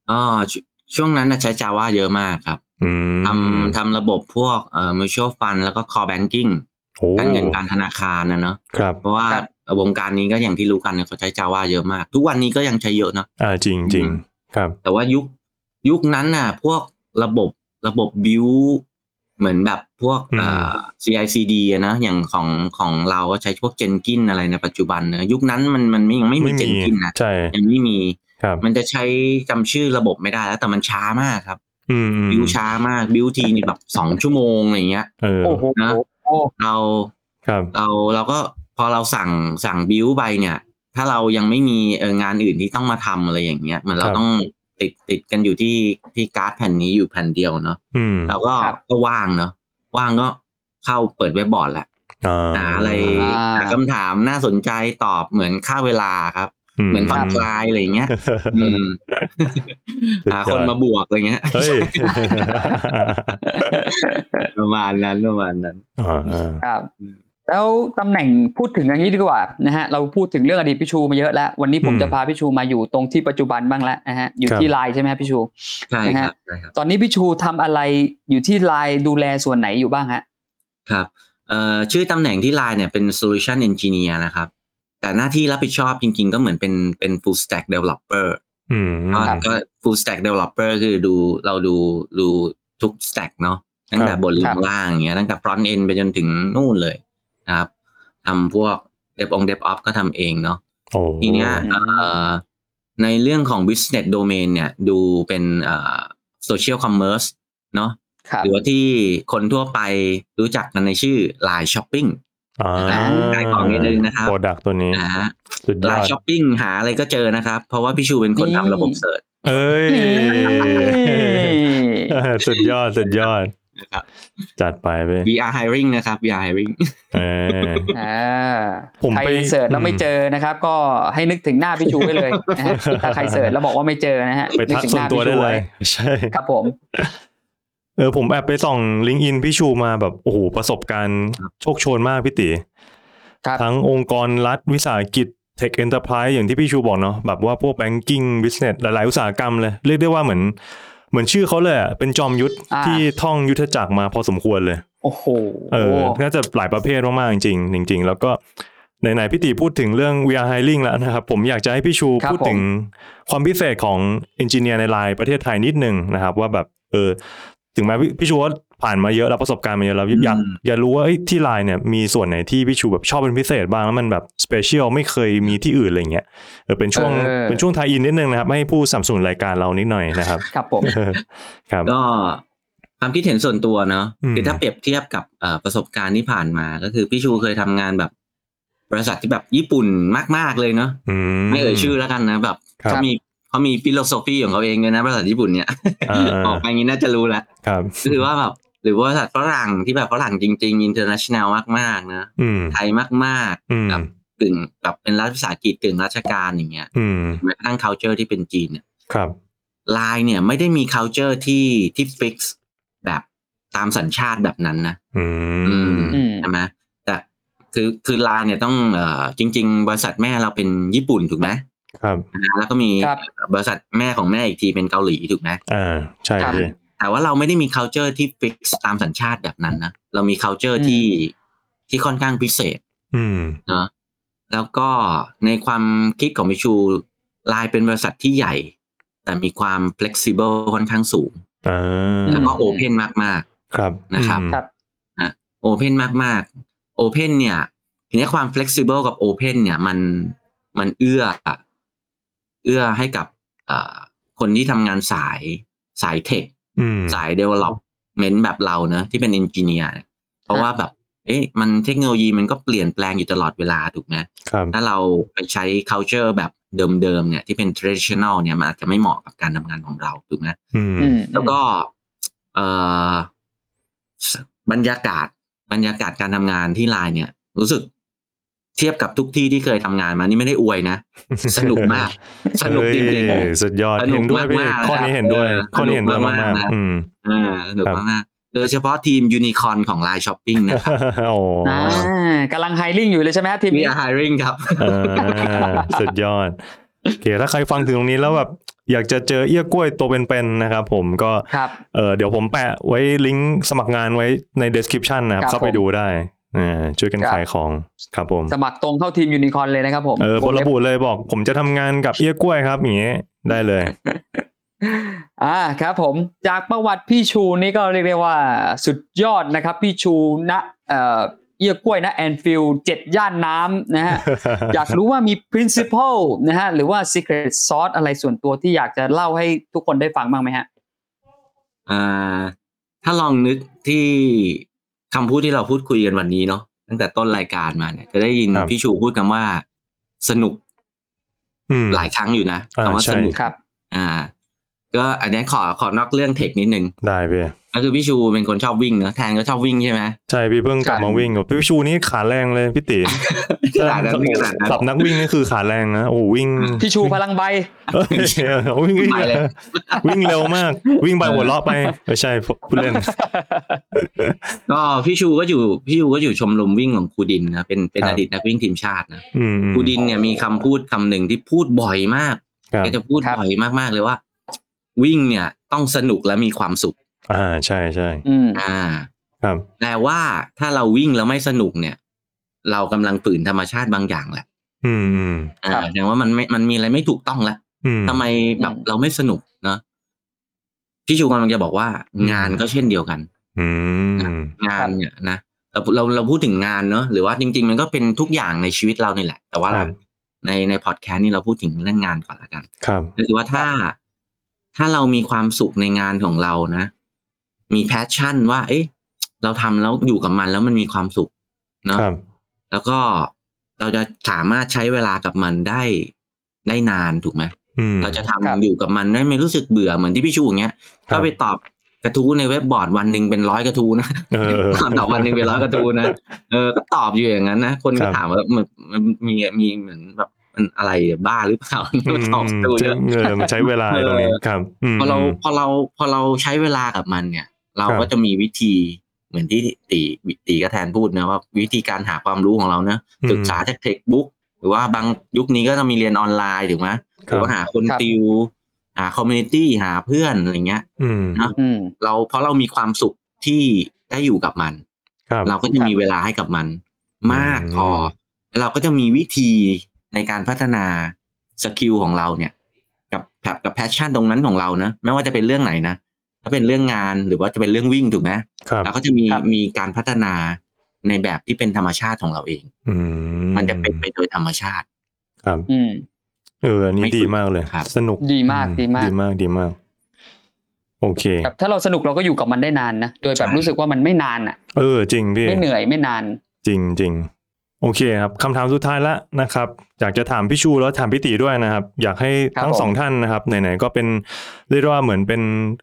Speaker 4: อ๋อชช่วงนั้นน่ะใช้ Java เยอะมากครับ
Speaker 3: อืม
Speaker 4: ทำทำระบบพวกเอ่อ mutual fund แล้วก็ core banking
Speaker 3: โอ้
Speaker 4: การเงินการธนาคารนะเนาะ
Speaker 3: ครับ
Speaker 4: เพราะว่า
Speaker 2: ครับ
Speaker 4: วงการนี้ก็อย่างที่รู้กันเนี่ยเขาใช้ Java เยอะมาก ทุกวันนี้ก็ยังใช้เยอะเนาะ
Speaker 3: อ่าจริงจริง
Speaker 4: อืม
Speaker 3: ครับ
Speaker 4: แต่ว่ายุคยุคนั้นน่ะ พวกระบบระบบบิวเหมือนแบบพวก
Speaker 3: อืม
Speaker 4: เอ่อ CICD อะนะอย่างของของเราก็ใช้พวกเจนกินอะไรในปัจจุบันเนอะยุคนั้นมันมันไม่ยังไม่มี
Speaker 3: ไม่
Speaker 4: เจ
Speaker 3: มี
Speaker 4: นกินนะ
Speaker 3: ใช่
Speaker 4: ยังไม่มี
Speaker 3: ครับ
Speaker 4: มันจะใช้จำชื่อระบบไม่ได้แล้วแต่มันช้ามากครับ
Speaker 3: อืมอืม
Speaker 4: บิวช้ามากบิวทีนี่แบบสองชั่วโมงอะไรเงี้ย
Speaker 3: เออ
Speaker 2: โอ้โห
Speaker 4: นะ
Speaker 2: โอ้
Speaker 4: เรา
Speaker 3: ครับ
Speaker 4: เราเราก็พอเราสั่งสั่งบิวไปเนี่ย ถ้าเรายังไม่มีเอ่องานอื่นที่ต้องมาทำอะไรอย่างเงี้ยเหมือนเรา
Speaker 3: ครับ
Speaker 4: ต้องติดติดกันอยู่ที่ที่การ์ดแผ่นนี้อยู่แผ่นเดียวเนาะ
Speaker 3: อืม
Speaker 4: เราก็ก็ว่างเนาะว่างก็เข้าเปิดเว็บบอร์ดแหละ
Speaker 3: อ่า
Speaker 4: หาอะไรหาคำถามน่าสนใจตอบเหมือนค่าเวลาครับ เหมือนผ่อนคลายอะไรอย่างเงี้ยอืมหาคนมาบวกอะไรเงี้ย
Speaker 3: เฮ้ย
Speaker 4: ประมาณนั้นประมาณนั้น
Speaker 3: อ่าอ่า
Speaker 2: ครับ แล้วตำแหน่งพูดถึงอย่างนี้ดีกว่านะฮะเราพูดถึงเรื่องอดีตพี่ชูมาเยอะแล้ว วันนี้ผมจะพาพี่ชูมาอยู่ตรงที่ปัจจุบันบ้างแล้วนะฮะอยู่ที่ไลน์ใช่ไหมฮะพี่ชู
Speaker 4: ใช่
Speaker 2: นะ
Speaker 4: ค
Speaker 2: ฮะ
Speaker 4: รับใช่ครับ
Speaker 2: ตอนนี้พี่ชูทำอะไรอยู่ที่ไลน์ดูแลส่วนไหนอยู่บ้างฮะ
Speaker 4: ครับเอ่อชื่อตำแหน่งที่ Line เนี่ยเป็น Solution Engineer นะครับ แต่หน้าที่รับผิดชอบจริงๆ ก็เหมือนเป็นเป็น Full Stack Developer
Speaker 3: อืม
Speaker 4: ก็
Speaker 2: ครับ
Speaker 4: ก็ Full Stack Developer คือดูเราดูดูทุก Stack เนาะตั้งแต่บนลงล่างอย่างเงี้ยตั้งแต่ Front End ไปจนถึงนู่นเลยนะครับทำพวก Dev on Dev Ops ก็ทำเองเนาะ
Speaker 3: โอ้
Speaker 4: ทีเนี้ยเอ่อในเรื่องของ business domain เนี่ยดูเป็นเอ่อ social commerce เนาะ
Speaker 2: ครับ
Speaker 4: หรือว่าที่คนทั่วไปรู้จักกันในชื่อ Line Shopping
Speaker 3: อ่า
Speaker 4: ขายของนิดนึงนะครับ
Speaker 3: โปรดักตัวนี้
Speaker 4: นะฮะ
Speaker 3: สุดยอ
Speaker 4: Line
Speaker 3: ด
Speaker 4: Shopping หาอะไรก็เจอนะครับ เพราะว่าพี่ชูเป็นคน
Speaker 2: นี่
Speaker 4: ทำระบบเสิร์ช
Speaker 3: เอ้ย สุดยอด สุดยอด
Speaker 4: นะครับ
Speaker 3: จัดไปไป
Speaker 4: VR hiring นะครับ VR hiring
Speaker 3: เออ
Speaker 2: อ่า
Speaker 3: ผม
Speaker 2: ใคร
Speaker 3: ไป
Speaker 2: เสิร์ชแล้วไม่
Speaker 3: อืม
Speaker 2: เจอนะครับ ก็ให้นึกถึงหน้าพี่ชูไว้ เลยนะฮะถ้าใครเสิร์ชแล้วบอกว่าไม่เจอนะฮะ
Speaker 3: ไปทัก
Speaker 2: นึถึ
Speaker 3: ส่
Speaker 2: งห
Speaker 3: วน
Speaker 2: น้า
Speaker 3: ตัวได้
Speaker 2: พี่ชู
Speaker 3: เล
Speaker 2: ว้
Speaker 3: ย ใช่
Speaker 2: ครับผม
Speaker 3: เออผมแอบไปส่องลิงก์อินพี่ชูมาแบบโอ้โหประสบการณ์โชคโชนมากพี่ติ
Speaker 2: ครับ
Speaker 3: ทั้งองค์กรรัฐวิสาหกิจ Tech Enterprise อย่างที่พี่ชูบอกเนาะแบบว่าพวก Banking Business หลาย ๆ อุตสาหกรรมเลย เรียกได้ว่าเหมือน เหมือนชื่อเขาเลยอะเป็นจอมยุทธ
Speaker 2: อ่า
Speaker 3: ที่ท่องยุทธจักรมาพอสมควรเลย
Speaker 2: โอ้โห
Speaker 3: เออ น่าจะหลายประเภทมาก ๆ จริงๆจริง ๆ แล้วก็ไหนๆพี่ติพูดถึงเรื่อง VR hiring แล้วนะครับ ผมอยากจะให้พี่ชู
Speaker 2: ครับ
Speaker 3: พูดถึงความพิเศษของ engineer ในไลน์ประเทศไทยนิดนึงนะครับ ว่าแบบเออถึงแม้พี่พี่ชูว่าผ่านมาเยอะแล้วประสบการณ์มาเยอะแล้วอยาก
Speaker 4: อืม
Speaker 3: อยากรู้ว่าเอ้ยที่ไลน์เนี่ยมีส่วนไหนที่พี่ชูแบบชอบเป็นพิเศษบ้างแล้วมันแบบ special ไม่เคยมีที่อื่นอะไรเงี้ยเออเป็นช่วง
Speaker 2: เออ
Speaker 3: เป็นช่วงไทยอินนิดนึงนะครับให้ผู้สนับสนุนรายการเรานิดหน่อยนะครับ
Speaker 2: ครับผม
Speaker 3: ครับ
Speaker 4: ก็ความคิดเห็นส่วนตัวเนาะ
Speaker 3: อืม
Speaker 4: คือถ้าเปรียบเทียบกับเอ่อประสบการณ์ที่ผ่านมาก็คือพี่ชูเคยทำงานแบบ บริษัทที่แบบญี่ปุ่นมาก ๆ เลยเนาะ
Speaker 3: อืม
Speaker 4: ไม่เอ่ยชื่อแล้วกันนะแบบ
Speaker 3: ครับ
Speaker 4: เขามีเขามีฟิโลโซฟีของเขาเองเลยนะบริษัทญี่ปุ่นเนี่ย
Speaker 3: อ่า
Speaker 4: ออกไปงี้น่าจะรู้ละ
Speaker 3: ๆครับ
Speaker 4: หรือว่าแบบหรือว่าสัตว์ฝรั่งที่แบบฝรั่งจริงๆ international มากๆนะ
Speaker 3: อืม
Speaker 4: ไทยมาก
Speaker 3: อืม
Speaker 4: ๆแบบกึ่งแบบเป็นรัฐวิสาหกิจกึ่งราชการอย่างเงี้ย
Speaker 3: อืม
Speaker 4: แม้กระทั่ง culture ที่เป็นจีนเนี่ย
Speaker 3: ครับ
Speaker 4: ลายเนี่ยไม่ได้มี culture ที่ที่ fix แบบตามสัญชาติแบบนั้นนะ
Speaker 3: อืม
Speaker 4: อืม
Speaker 2: อืม
Speaker 4: ใช่ไหมแต่คือคือลายเนี่ยต้องเอ่อจริง ๆ บริษัทแม่เราเป็นญี่ปุ่นถูกไหม
Speaker 3: ครับ
Speaker 4: นะแล้วก็มี
Speaker 2: ครับ
Speaker 4: บริษัทแม่ของแม่อีกทีเป็นเกาหลีถูกไหม
Speaker 3: อ่า ใช่
Speaker 2: ครับ
Speaker 3: พี่
Speaker 4: แต่ว่าเราไม่ได้มี culture ที่ fix ตามสัญชาติแบบนั้นนะ เรามี culture
Speaker 2: อืม
Speaker 4: ที่ที่ค่อนข้างพิเศษ
Speaker 3: อืม
Speaker 4: เนาะแล้วก็ในความคิดของมิชูลายเป็นบริษัทที่ใหญ่ แต่มีความ flexible ค่อนข้างสูง
Speaker 3: อ่า
Speaker 4: แล้วก็
Speaker 2: อืม
Speaker 4: open มาก
Speaker 3: ครับ
Speaker 4: นะครับ
Speaker 3: อืม
Speaker 2: ครับ
Speaker 4: ๆ open มากๆ open เนี่ยทีนี้ความ flexible กับ open เนี่ยมันมันเอื้อ เอื้อให้กับเอ่อคนที่ทำงานสายสายเทค
Speaker 3: อืม
Speaker 4: สาย development แบบเราเนอะที่เป็น engineer เนี่ยเพราะว่าแบบ เอ๊ะมันเทคโนโลยีมันก็เปลี่ยนแปลงอยู่ตลอดเวลาถูกไหม
Speaker 3: ครับ
Speaker 4: ถ้าเราไปใช้ culture แบบเดิมๆเนี่ยที่เป็น traditional เนี่ยมันอาจจะไม่เหมาะกับการทำงานของเราถูกไหม
Speaker 3: อืม
Speaker 2: อืม
Speaker 4: แล้วก็เอ่อบรรยากาศบรรยากาศการทำงานที่ไลน์เนี่ย รู้สึกเทียบกับทุกที่ที่เคยทำงานมานี่ไม่ได้อวยนะ สนุก มาก สนุกจริง
Speaker 3: เฮ้ย
Speaker 4: ๆ
Speaker 3: สุดยอด
Speaker 4: สนุก
Speaker 3: เห็นด้วยพี่
Speaker 4: มากๆ
Speaker 3: ข้อนี้
Speaker 4: นะครับ
Speaker 3: เห็นด้วย
Speaker 4: เออ
Speaker 3: ข้อนี้เห็นด้วย
Speaker 4: สนุก
Speaker 3: มาม
Speaker 4: าก กๆ
Speaker 3: ๆ
Speaker 4: นะ
Speaker 3: อืม
Speaker 4: อ่าสนุกมากๆโดยเฉพาะทีมยูนิคอนของไลน์ช้อปปิ้งนะครับ
Speaker 3: โอ้
Speaker 2: อ่ากำลังไฮลิ่งอยู่เลยใช่ไหมฮะทีม
Speaker 4: มี
Speaker 2: นี้
Speaker 4: อา hiring ครับ
Speaker 3: เออสุดยอดโอเคถ้าใครฟังถึงตรงนี้แล้วแบบอยากจะเจอเอี้ยกล้วยตัวเป็นๆนะครับผมก็
Speaker 2: ครับ
Speaker 3: เออเดี๋ยวผมแปะไว้ลิงก์สมัครงานไว้ใน description นะครับ
Speaker 2: ครับ
Speaker 3: เข้าไป
Speaker 2: ผม
Speaker 3: ดูได้อ่าช่วยกัน
Speaker 2: ครับ
Speaker 3: ขายของครับผม
Speaker 2: สมัครตรงเข้าทีมยูนิคอนเลยนะครับผม
Speaker 3: เออพ
Speaker 2: ว
Speaker 3: ล
Speaker 2: งเล็บ
Speaker 3: บุเลยบอก ผมจะทำงานกับเอี้ยกล้วยครับอย่างเงี้ยได้เลย
Speaker 2: อ่าครับผมจากประวัติพี่ชูนี่ก็เรียกได้ว่าสุดยอดนะครับ พี่ชูณเอ่อเอี้ยกล้วยนะแอนฟิลเจ็ดย่านน้ำ นะฮะ อยากรู้ว่ามี principle นะฮะ หรือว่า secret sauce อะไรส่วนตัวที่อยากจะเล่าให้ทุกคนได้ฟังบ้างไหมฮะ
Speaker 4: อ่าถ้าลองนึกที่คำพูดที่เราพูดคุยกันวันนี้เนาะตั้งแต่ต้นรายการมาเนี่ย จะได้ยิน
Speaker 3: ครับ
Speaker 4: พี่ชูพูดคำว่า สนุก
Speaker 3: อืม
Speaker 4: หลายครั้งอยู่นะ
Speaker 3: อ่า
Speaker 4: คำว่า
Speaker 3: ใช่
Speaker 4: สนุก
Speaker 2: ครับ
Speaker 4: อ่า ก็อันนี้ขอขอนอกเรื่องเทคนิดนึง
Speaker 3: ได้พี่
Speaker 4: ก็คือพี่ชูเป็นคนชอบวิ่งเนอะแทนก็ชอบวิ่งใช่ไหม
Speaker 3: ใช่พี่เพิ่งกลับมา
Speaker 2: ใช่
Speaker 3: วิ่งกับพี่ชูนี่ขาแรงเลยพี่ตี
Speaker 4: ขนาดนั้นขนาดนั้น
Speaker 3: สับนักวิ่งนี่คือขาแรงนะโอ้โหวิ่ง
Speaker 2: พี่ชูพลังใบ
Speaker 3: เอ้ย วิ่งวิ่ง
Speaker 4: ไปเลย
Speaker 3: วิ่งเร็วมาก วิ่งไปหัวเราะไปไม่ใช่ผู้เล่น
Speaker 4: ก็พี่ชูก็อยู่พี่ชูก็อยู่ชมรมวิ่งของครูดินนะเป็นเป็น
Speaker 3: ครับ
Speaker 4: อดีตนักวิ่งทีมชาตินะ
Speaker 3: อืม
Speaker 4: ครูดินเนี่ยมีคำพูดคำหนึ่งที่พูดบ่อยมาก
Speaker 3: ครับ
Speaker 4: แกจะพูด
Speaker 2: ครับ
Speaker 4: บ่อยมากๆเลยว่า วิ่งเนี่ย ต้องสนุกและมีความสุข
Speaker 3: อ่าใช่ใช่
Speaker 2: อืม
Speaker 4: อ่า
Speaker 3: ครับ
Speaker 4: แต่ว่าถ้าเราวิ่งแล้วไม่สนุกเนี่ย เรากำลังฝืนธรรมชาติบางอย่างแหละ
Speaker 3: อืมอืม
Speaker 4: อ่า
Speaker 2: ครับ
Speaker 4: แสดงว่ามันไม่มันมีอะไรไม่ถูกต้องแล้ว
Speaker 3: อืม
Speaker 4: ทำไมแบบเราไม่สนุกเนาะพี่ชูกำลังจะบอกว่า งานก็เช่นเดียวกัน
Speaker 3: อืม
Speaker 4: งานเนี่ยนะเราเราเราพูดถึงงานเนาะหรือว่าจริง ๆ มันก็เป็นทุกอย่างในชีวิตเรานี่แหละ แต่ว่า
Speaker 3: ครับ
Speaker 4: ในในพอดแคสต์นี่เราพูดถึงเรื่องงานก่อนละกัน
Speaker 3: ครับ
Speaker 4: ก็คือว่าถ้าถ้าเรามีความสุขในงานของเรานะ มีแพชชั่นว่า เอ๊ะ เราทำแล้วอยู่กับมันแล้วมันมีความสุขเนาะ
Speaker 3: ครับ
Speaker 4: แล้วก็เราจะสามารถใช้เวลากับมันได้ได้นานถูกไหม
Speaker 3: อืม
Speaker 4: เราจะ
Speaker 2: ครั
Speaker 4: ทำ
Speaker 2: บ
Speaker 4: อยู่กับมันได้ไม่รู้สึกเบื่อเหมือนที่พี่ชูอย่างเงี้ย
Speaker 3: ครับ
Speaker 4: ก็ไปตอบกระทู้ในเว็บบอร์ดวันหนึ่งเป็นร้อยกระทู้นะ
Speaker 3: เออ
Speaker 4: ตอบวันหนึ่งเป็นร้อยกระทู้นะเออก็ตอบอยู่อย่างนั้นนะคน
Speaker 3: ค
Speaker 4: ก็
Speaker 3: รับ
Speaker 4: ถามว่ามันมันมีมีเหมือนแบบมันอะไรบ้าหรือเปล่า
Speaker 3: อืม
Speaker 4: ตอบกระทู้เยอะ
Speaker 3: เออมันใช้เวลาตรงนี้ครับอืม
Speaker 4: พอเราพอเราพอเราใช้เวลากับมันเนี่ย เรา
Speaker 3: ครับ
Speaker 4: ก็จะมีวิธีเหมือนที่ตีตีกระแทนพูดนะว่าวิธีการหาความรู้ของเราเนะ
Speaker 3: อืม
Speaker 4: ศึกษาจากเทคบุ๊กหรือว่าบางยุคนี้ก็จะมีเรียนออนไลน์ถูกไหมห
Speaker 3: ครับ
Speaker 4: รือว่าหาคน
Speaker 2: ครับ
Speaker 4: ติว หาคอมมูนิตี้หาเพื่อนอะไรเงี้ย
Speaker 3: อืม
Speaker 2: อืม
Speaker 4: เราเพราะเรามีความสุขที่ได้อยู่กับมัน
Speaker 3: ครับ
Speaker 4: เราก็จะ
Speaker 2: ครับ
Speaker 4: มีเวลาให้กับมัน มาก
Speaker 3: อืม
Speaker 4: พอแล้วเราก็จะมีวิธีในการพัฒนาสกิลของเราเนี่ย กับกับกับแพชชั่นตรงนั้นของเรานะไม่ว่าจะเป็นเรื่องไหนนะถ้าเป็นเรื่องงานหรือว่าจะเป็นเรื่องวิ่งถูกไหม
Speaker 3: ครับ
Speaker 4: เราก็จะมี
Speaker 2: ครับ
Speaker 4: มีการพัฒนาในแบบที่เป็นธรรมชาติของเราเอง
Speaker 3: อืม
Speaker 4: มันจะเป็นไปโดยธรรมชาติ
Speaker 3: ครับ
Speaker 2: อืม
Speaker 3: เอออันนี้ดีมากเลย
Speaker 4: ครับ
Speaker 3: สนุก
Speaker 2: ดีมาก
Speaker 3: อื
Speaker 2: ดีมาก
Speaker 3: ดีมากดีมาก โอเค
Speaker 2: แบบถ้าเราสนุกเราก็อยู่กับมันได้นานนะ โดยแบบ
Speaker 4: ใช่
Speaker 2: รู้สึกว่ามันไม่นานอ่ะ
Speaker 3: เออ จริงพี่
Speaker 2: ไม่เหนื่อยไม่นาน
Speaker 3: จริงจริงโอเคครับคำถามสุดท้ายละนะครับอยากจะถามพี่ชูแล้วถามพี่ตีด้วยนะครับ อยากให้
Speaker 2: ครับ
Speaker 3: ทั้ง
Speaker 2: ผม
Speaker 3: สองท่านนะครับไหนๆก็เป็นเรียกได้ว่าเหมือนเป็น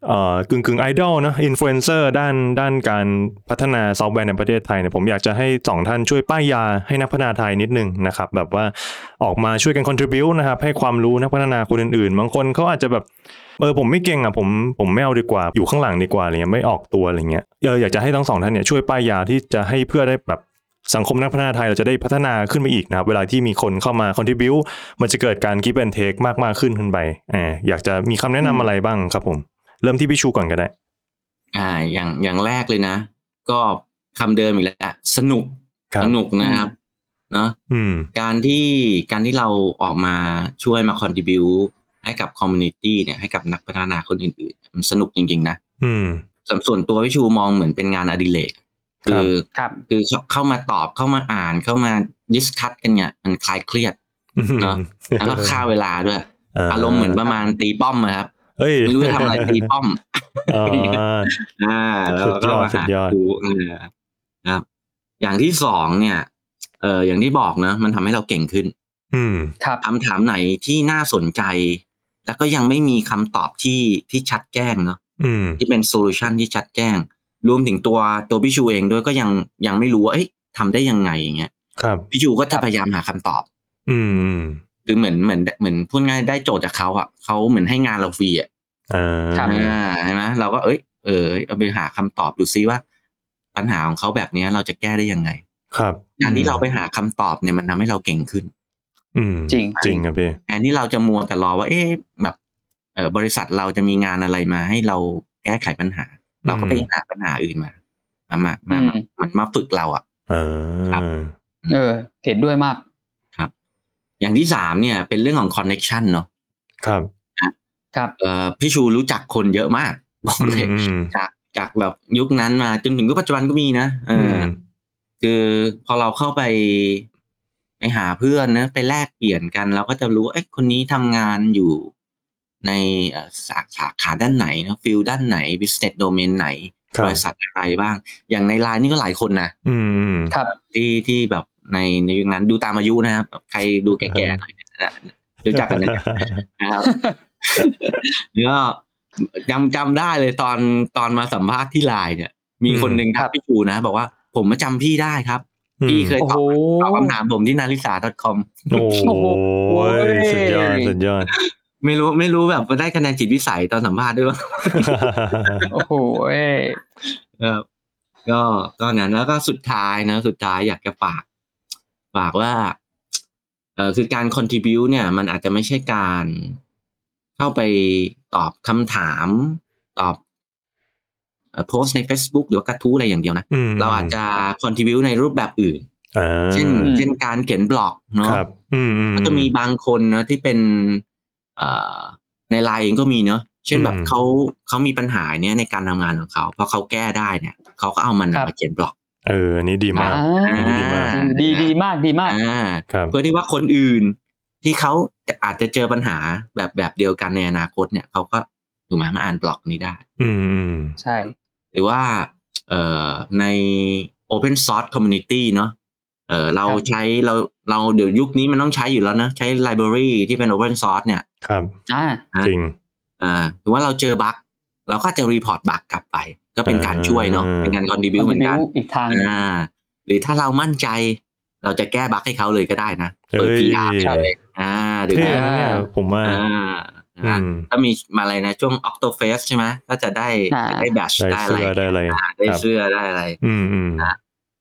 Speaker 3: เอ่อกึ่งกึ่งไอดอลนะอินฟลูเอนเซอร์ด้านด้านการพัฒนาซอฟต์แวร์ในประเทศไทยเนี่ยผมอยากจะให้สองท่านช่วยป้ายยาให้นักพัฒนาไทยนิดนึงนะครับแบบว่าออกมาช่วยกันคอนทริบิวนะครับให้ความรู้นักพัฒนาคนอื่นๆบางคนเขาอาจจะแบบเออผมไม่เก่งอ่ะผมผมไม่เอาดีกว่าอยู่ข้างหลังดีกว่าอะไรเงี้ยไม่ออกตัวอะไรเงี้ยเอออยากจะให้ทั้งสองท่านเนี่ยช่วยป้ายยาที่จะให้เพื่อได้แบบ สังคมนักพัฒนาไทยเราจะได้พัฒนาขึ้นไปอีกนะครับ เวลาที่มีคนเข้ามาคอนทิบิวมันจะเกิดการคิดเป็นเทคมากมากๆขึ้นขึ้นไปอ่าอยากจะมีคำแนะนำอะไรบ้างครับผม เริ่มที่พี่ชูก่อนก็ได้
Speaker 4: อ่า อย่างอย่างแรกเลยนะ ก็คำเดิมอีกแล้วอะสนุก
Speaker 3: ครับ
Speaker 4: สนุกนะครับเนาะ
Speaker 3: อืม
Speaker 4: การที่การที่เราออกมาช่วยมาคอนดิบิวให้กับคอมมูนิตี้เนี่ยให้กับนักพัฒนาคนอื่นๆมันสนุกจริง ๆ นะ
Speaker 3: อืม
Speaker 4: ส่วนส่วนตัวพี่ชูมองเหมือนเป็นงานอดิเรก
Speaker 3: ครับ
Speaker 4: คือ
Speaker 2: ครับ
Speaker 4: คือเข้าเข้ามาตอบเข้ามาอ่านเข้ามาดิสคัตกันเนี่ยมันคลายเครียด เนอะ แล้วก็ฆ่าเวลาด้วย อารมณ์เหมือนประมาณตีป้อมอะ ครับ
Speaker 3: เอ้ย
Speaker 4: ไม่รู้จะทำอะไรตีป้อม
Speaker 3: อ่า
Speaker 4: อ่าแล้วเราก็มา
Speaker 3: สุดยอดสุดยอด
Speaker 4: หาดูเออ อย่างที่สองเนี่ยเอออย่างที่บอกนะมันทำให้เราเก่งขึ้น
Speaker 3: อืม
Speaker 2: ครับ
Speaker 4: คำถามไหนที่น่าสนใจ แล้วก็ยังไม่มีคำตอบที่ที่ชัดแจ้งเนาะ
Speaker 3: อืม
Speaker 4: ที่เป็นโซลูชันที่ชัดแจ้ง รวมถึงตัวตัวพี่ชูเองด้วยก็ยังยังไม่รู้ว่าเอ๊ะทำได้ยังไงอย่างเงี้ย
Speaker 3: ครับ
Speaker 4: พี่ชูก็จะพยายามหาคำตอบ
Speaker 3: อืมอืม
Speaker 4: คือเหมือนเหมือนเหมือนพูดง่ายได้โจทย์จากเขาอะเขาเหมือนให้งานเราฟรีอะ
Speaker 3: อ่า
Speaker 2: ครับ
Speaker 4: อ่าใช่ไหมเราก็เอ้ยเออเอาไปหาคำตอบดูซิว่า ปัญหาของเขาแบบเนี้ยเราจะแก้ได้ยังไง
Speaker 3: ครับ
Speaker 4: การที่เราไปหาคำตอบเนี่ยมันทำให้เราเก่งขึ้น
Speaker 3: อืม
Speaker 2: จริง
Speaker 3: จริงครับพี่
Speaker 4: แทนที่เราจะมัวแต่รอว่าเอ๊ะแบบเออบริษัทเราจะมีงานอะไรมาให้เราแก้ไขปัญหา เราก็ไปหาปัญหาอื่นมามามามามา
Speaker 2: อืม
Speaker 4: มันมาฝึกเราอ่ะ
Speaker 3: อ่
Speaker 4: ครั
Speaker 3: า
Speaker 4: บ
Speaker 2: เออเห็นด้วยมาก
Speaker 4: อย่างที่สามเนี่ยเป็นเรื่องของคอนเน็ชันเนาะ
Speaker 3: ครับ
Speaker 2: ครับ
Speaker 4: เออพี่ชูรู้จักคนเยอะมากบอกเลย
Speaker 3: อืม
Speaker 4: จากจากแบบยุคนั้นมาจนถึงยุคปัจจุบันก็มีนะเอออคือพอเราเข้าไปไปหาเพื่อนนะไปแลกเปลี่ยนกัน เราก็จะรู้ว่าเอ๊ะคนนี้ทำงานอยู่ในเอ่อสาขาขาด้านไหนนะฟิลด้านไหน business domain ไหน
Speaker 3: ครับ บ
Speaker 4: ริษัทอะไรบ้าง อย่างในไลน์นี่ก็หลายคนนะ
Speaker 3: อืมอืม
Speaker 2: ครับ
Speaker 4: ที่ที่แบบในในยุคนั้นดูตามอายุนะครับแบบใครดูแก่ๆหน่อยนะรู้จักกันนะครับ แล้วก็จำจำได้เลยตอนตอนมาสัมภาษณ์ที่ไลน์เนี่ย มีคนหนึ่งทักพี่ปูนะ บอกว่าผมมาจำพี่ได้ครับ พี่เคย
Speaker 2: โอ้
Speaker 4: ต
Speaker 2: โห
Speaker 4: อบตอบคำถามผมที่นาริสา .com
Speaker 3: โอ้
Speaker 2: โอ้โห
Speaker 3: โหสุดยอดสุดยอด
Speaker 4: ไม่รู้ไม่รู้แบบได้คะแนนจิตวิสัยตอนสัมภาษณ์ด้วยว่า
Speaker 2: โอ้โหเอ้ย
Speaker 4: ครับก็ก็นั้นแล้วก็สุดท้ายนะ สุดท้ายอยากจะฝากฝากว่าเออคือการ contribute เนี่ย มันอาจจะไม่ใช่การเข้าไปตอบคำถามตอบโพสใน Facebook หรือว่ากระทู้อะไรอย่างเดียวนะ
Speaker 3: อืม
Speaker 4: เราอาจจะ contribute ในรูปแบบอื่น
Speaker 3: อ่า
Speaker 4: เช่น
Speaker 2: อืม
Speaker 4: เช่นการเขียนบล็อกเนาะ
Speaker 3: ครับ อืมอืม
Speaker 4: ก็จะมีบางคนนะที่เป็นเอ่อในไลน์เองก็มีเนาะเช่นแบบ
Speaker 3: อืม
Speaker 4: เขาเขามีปัญหาเนี้ยในการทำงานของเขาพอเขาแก้ได้เนี่ยเขาก็เอามัน
Speaker 2: ครับ
Speaker 4: มาเขียนบล็อก
Speaker 3: เอออันนี้ดีมาก
Speaker 2: อ่า
Speaker 3: ดีมาก
Speaker 2: ดีดีมากดีมาก
Speaker 4: อ่า
Speaker 3: ครับ
Speaker 4: เพื่อที่ว่าคนอื่นที่เขาจะอาจจะเจอปัญหาแบบแบบเดียวกันในอนาคตเนี่ยเขาก็ถูกไหมมาอ่านบล็อกนี้ได้
Speaker 3: อืมอืม
Speaker 2: ใช่
Speaker 4: หรือว่าเอ่อใน Open Source Community เนาะเออเรา
Speaker 2: ครับ
Speaker 4: ใช้เราเราเดี๋ยวยุคนี้มันต้องใช้อยู่แล้วนะใช้ library ที่เป็น Open Source เนี่ย
Speaker 3: ครับ
Speaker 2: อ่า
Speaker 4: อ่ะ
Speaker 3: จริง
Speaker 4: อ่าถือว่าเราเจอบั๊กเราก็จะรีพอร์ตบั๊กกลับไป ก็เป็นการช่วยเนาะ
Speaker 3: อ่า
Speaker 4: เป็นการคอนดิบิวเหมือนกัน
Speaker 2: อีกทางหนึ่ง
Speaker 4: อ่า หรือถ้าเรามั่นใจ เราจะแก้บั๊กให้เขาเลยก็ได้นะเปิด PR ให้เขาเลยอ่าหรือ
Speaker 3: เท่
Speaker 4: ว่า
Speaker 3: นะเนี่ยผมว่า
Speaker 4: อ่า
Speaker 3: อื
Speaker 4: นะ
Speaker 3: ม
Speaker 4: ถ้ามีมาอะไรนะ ช่วง Octofest ใช่ไหมก็จะได้
Speaker 2: อ่า
Speaker 4: ได้แบช
Speaker 3: ได้เสื้
Speaker 4: ได้อะไร
Speaker 3: อได้อะไร
Speaker 4: อ่าได้
Speaker 3: ครับ
Speaker 4: เสื้อได้อะไร
Speaker 3: อืมอืม
Speaker 4: อ่ะ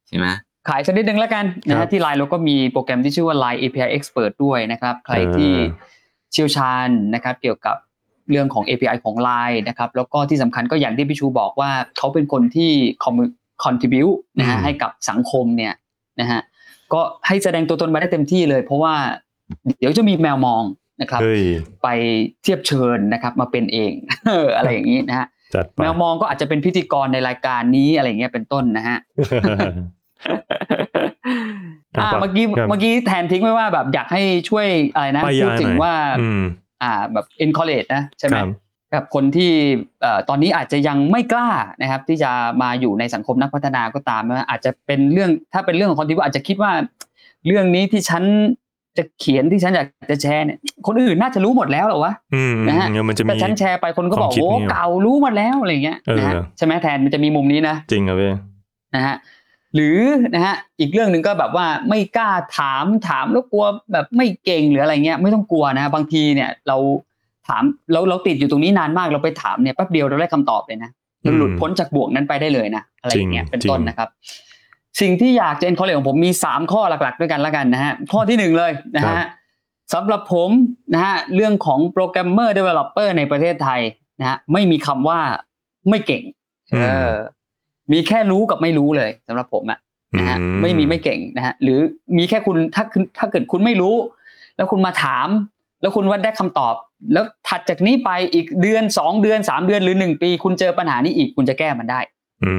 Speaker 4: ใช่ไหม
Speaker 2: ขายชนิดหนึ่งแล้วกันนะ
Speaker 3: ครั
Speaker 2: ฮะ
Speaker 3: บ
Speaker 2: ที่ Line เราก็มีโปรแกรมที่ชื่อว่า Line API Expert ด้วยนะครับ ใครที่
Speaker 3: อ่า
Speaker 2: เชี่ยวชาญนะครับ เกี่ยวกับเรื่องของ API ของ Line นะครับ แล้วก็ที่สำคัญก็อย่างที่พี่ชูบอกว่าเขาเป็นคนที่ commu- contribute นะฮะให้กับสังคมเนี่ยนะฮะก็ให้แสดงตัวตนมาได้เต็มที่เลย เพราะว่าเดี๋ยวจะมีแมวมองนะครับ
Speaker 3: เฮ้ย
Speaker 2: ไปเทียบเชิญนะครับมาเป็นเอง อะไรอย่างนี้นะฮะ
Speaker 3: จัดไป
Speaker 2: แม วมองก็อาจจะเป็นพิธีกรในรายการนี้อะไรอย่างเงี้ยเป็นต้นนะฮะ อ่า
Speaker 3: ครับ
Speaker 2: เมื่อกี้
Speaker 3: ครับ
Speaker 2: เมื่อกี้แทนทิ้งไว้ว่าแบบอยากให้ช่วยอะไรนะ
Speaker 3: ป้ายยา
Speaker 2: พูดถึ
Speaker 3: หน่
Speaker 2: ง
Speaker 3: อย
Speaker 2: ว่า
Speaker 3: อืม
Speaker 2: อ่าแบบ encourage นะใช่ไห
Speaker 3: ค
Speaker 2: ม
Speaker 3: รับ
Speaker 2: กับคนที่เอ่อตอนนี้อาจจะยังไม่กล้านะครับ ที่จะมาอยู่ในสังคมนักพัฒนาก็ตามนะอาจจะเป็นเรื่องถ้าเป็นเรื่องของคนที่ว่าอาจจะคิดว่า เรื่องนี้ที่ฉันจะเขียนที่ฉันอยากจะแชร์เนี่ยคนอื่นน่าจะรู้หมดแล้วเหรอวะ
Speaker 3: อืม
Speaker 2: นะฮะ
Speaker 3: เงี้ยมันจะ
Speaker 2: แต่
Speaker 3: มี
Speaker 2: ฉันแชร์ไปคนก็บอก
Speaker 3: ความคิด
Speaker 2: โอ้
Speaker 3: เนี่ย
Speaker 2: เก่ารู้หมดแล้วอะไรอย่างเงี้ยนะฮะ
Speaker 3: เออ
Speaker 2: ใช่ไหมแทนมันจะมีมุมนี้นะ
Speaker 3: จริงครับพี่
Speaker 2: นะฮะหรือนะฮะอีกเรื่องหนึ่งก็แบบว่าไม่กล้าถามถามแล้วกลัวแบบไม่เก่งหรืออะไรเงี้ยไม่ต้องกลัวนะฮะบางทีเนี่ยเราถามเราเราติดอยู่ตรงนี้นานมากเราไปถามเนี่ยแป๊บเดียวเราได้คำตอบเลยนะเราหลุด
Speaker 3: อืม
Speaker 2: พ้นจากบ่วงนั้นไปได้เลยนะอะไรอย่างเงี้ย
Speaker 3: จริง
Speaker 2: เป็น
Speaker 3: จริง
Speaker 2: ต้นนะครับ สิ่งที่อยากจะ encourage ของผมมี 3 ข้อหลักๆ ด้วยกันละกันนะฮะข้อที่หนึ่งเลยนะฮะสำหรับผมนะฮะเรื่องของโปรแกรมเมอร์ developer ในประเทศไทยนะฮะไม่มีคำว่าไม่เก่ง เออมีแค่รู้กับไม่รู้เลยสำหรับผมอะนะฮะ
Speaker 3: อืม
Speaker 2: ไม่มีไม่เก่งนะฮะหรือมีแค่คุณถ้าคุณถ้าเกิดคุณไม่รู้ แล้วคุณมาถาม แล้วคุณว่าได้คำตอบ แล้วถัดจากนี้ไปอีกเดือนสองเดือนสามเดือนหรือหนึ่งปี คุณเจอปัญหานี้อีกคุณจะแก้มันได้
Speaker 3: อื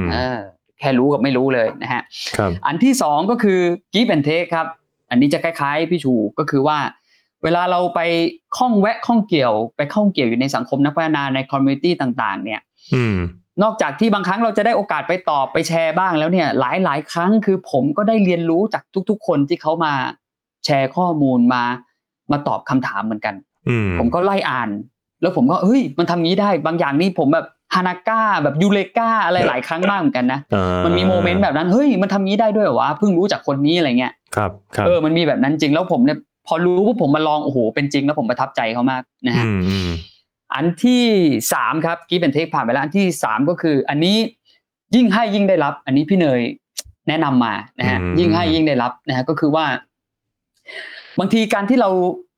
Speaker 3: ม
Speaker 2: เออแค่รู้กับไม่รู้เลยนะฮะ
Speaker 3: ครับ
Speaker 2: อันที่สองก็คือ give and take ครับ อันนี้จะคล้ายๆพี่ชูก็คือว่า เวลาเราไปข้องแวะข้องเกี่ยว ไปข้องเกี่ยวอยู่ในสังคมนักพัฒนาในคอมมูนิตี้ต่าง ๆ เนี่ย
Speaker 3: อืม
Speaker 2: นอกจากที่บางครั้งเราจะได้โอกาสไปตอบไปแชร์บ้างแล้วเนี่ย หลายหลายครั้งคือผมก็ได้เรียนรู้จากทุก ๆ คนที่เขามาแชร์ข้อมูลมามาตอบคำถามเหมือนกัน
Speaker 3: อืม
Speaker 2: ผมก็ไล่อ่าน แล้วผมก็เฮ้ยมันทำงี้ได้บางอย่างนี่ผมแบบฮานาก้าแบบยูเลกาอะไรหลายครั้งมากเหมือนกันนะ
Speaker 3: อ่า
Speaker 2: มันมีโมเมนต์แบบนั้นเฮ้ยมันทำงี้ได้ด้วยเหรอวะเพิ่งรู้จากคนนี้อะไรเงี้ย
Speaker 3: ครับครับ
Speaker 2: เออมันมีแบบนั้นจริงแล้วผมเนี่ยพอรู้ปุ๊บผมมาลองโอ้โหเป็นจริงแล้วผมประทับใจเขามากนะฮะ
Speaker 3: อืมอืม
Speaker 2: อันที่สามครับกีเป็นเทคผ่านไปแล้วอันที่สามก็คือ อันนี้ยิ่งให้ยิ่งได้รับ อันนี้พี่เนยแนะนำมานะฮะยิ่งให้ยิ่งได้รับนะฮะก็คือว่า บางทีการที่เรา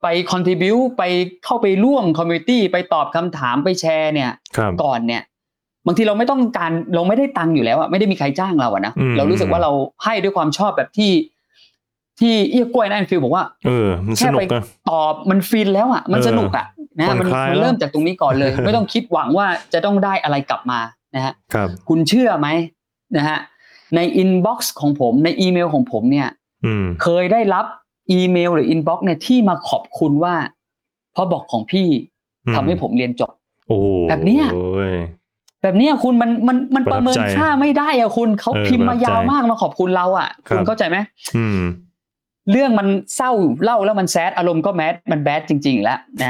Speaker 2: ไป contribu ไปเข้าไปร่วม community ไปตอบคำถามไปแชร์เนี่ย
Speaker 3: ครับ
Speaker 2: ก่อนเนี่ยบางทีเราไม่ต้องการเราไม่ได้ตังค์อยู่แล้วอะไม่ได้มีใครจ้างเราอะนะ
Speaker 3: อืม
Speaker 2: เรารู้สึกว่าเราให้ด้วยความชอบแบบที่ ที่เอี้ยกล้วยนั่นฟิลบอกว่า
Speaker 3: เออ มันส
Speaker 2: แค่
Speaker 3: นุ
Speaker 2: ไป
Speaker 3: กอะ
Speaker 2: ตอบมันฟินแล้วอ่ะมัน
Speaker 3: เออ
Speaker 2: สนุกอ่ะนะ
Speaker 3: ผ่อน
Speaker 2: มัน
Speaker 3: คลาย
Speaker 2: มัน
Speaker 3: แล้ว
Speaker 2: เริ่มจากตรงนี้ก่อนเลย ไม่ต้องคิดหวังว่าจะต้องได้อะไรกลับมานะฮะ
Speaker 3: ครับ
Speaker 2: คุณเชื่อไหมนะฮะในอินบ็อกซ์ของผมในอีเมลของผมเนี่ย
Speaker 3: อืม
Speaker 2: เคยได้รับอีเมลหรืออินบ็อกซ์เนี่ยที่มาขอบคุณว่าเพราะบอกของพี่
Speaker 3: อืม
Speaker 2: ทำให้ผมเรียนจบ
Speaker 3: โอ้โห
Speaker 2: แบบเนี้ย แบบเนี้ยคุณมันมันมันประเมิน
Speaker 3: ประทับใจ
Speaker 2: ค่าไม่ได้อะคุณเขา
Speaker 3: เออ
Speaker 2: พิมพ์
Speaker 3: ประ
Speaker 2: มา
Speaker 3: ทับใจ
Speaker 2: ยาวมากมาขอบคุณเราอ่ะ
Speaker 3: ครับ
Speaker 2: คุณเข้าใจไหม
Speaker 3: อืม
Speaker 2: เรื่องมันเศร้าเล่าแล้วมันแซดอารมณ์ก็แมดมันแบดจริง ๆ แล้วนะ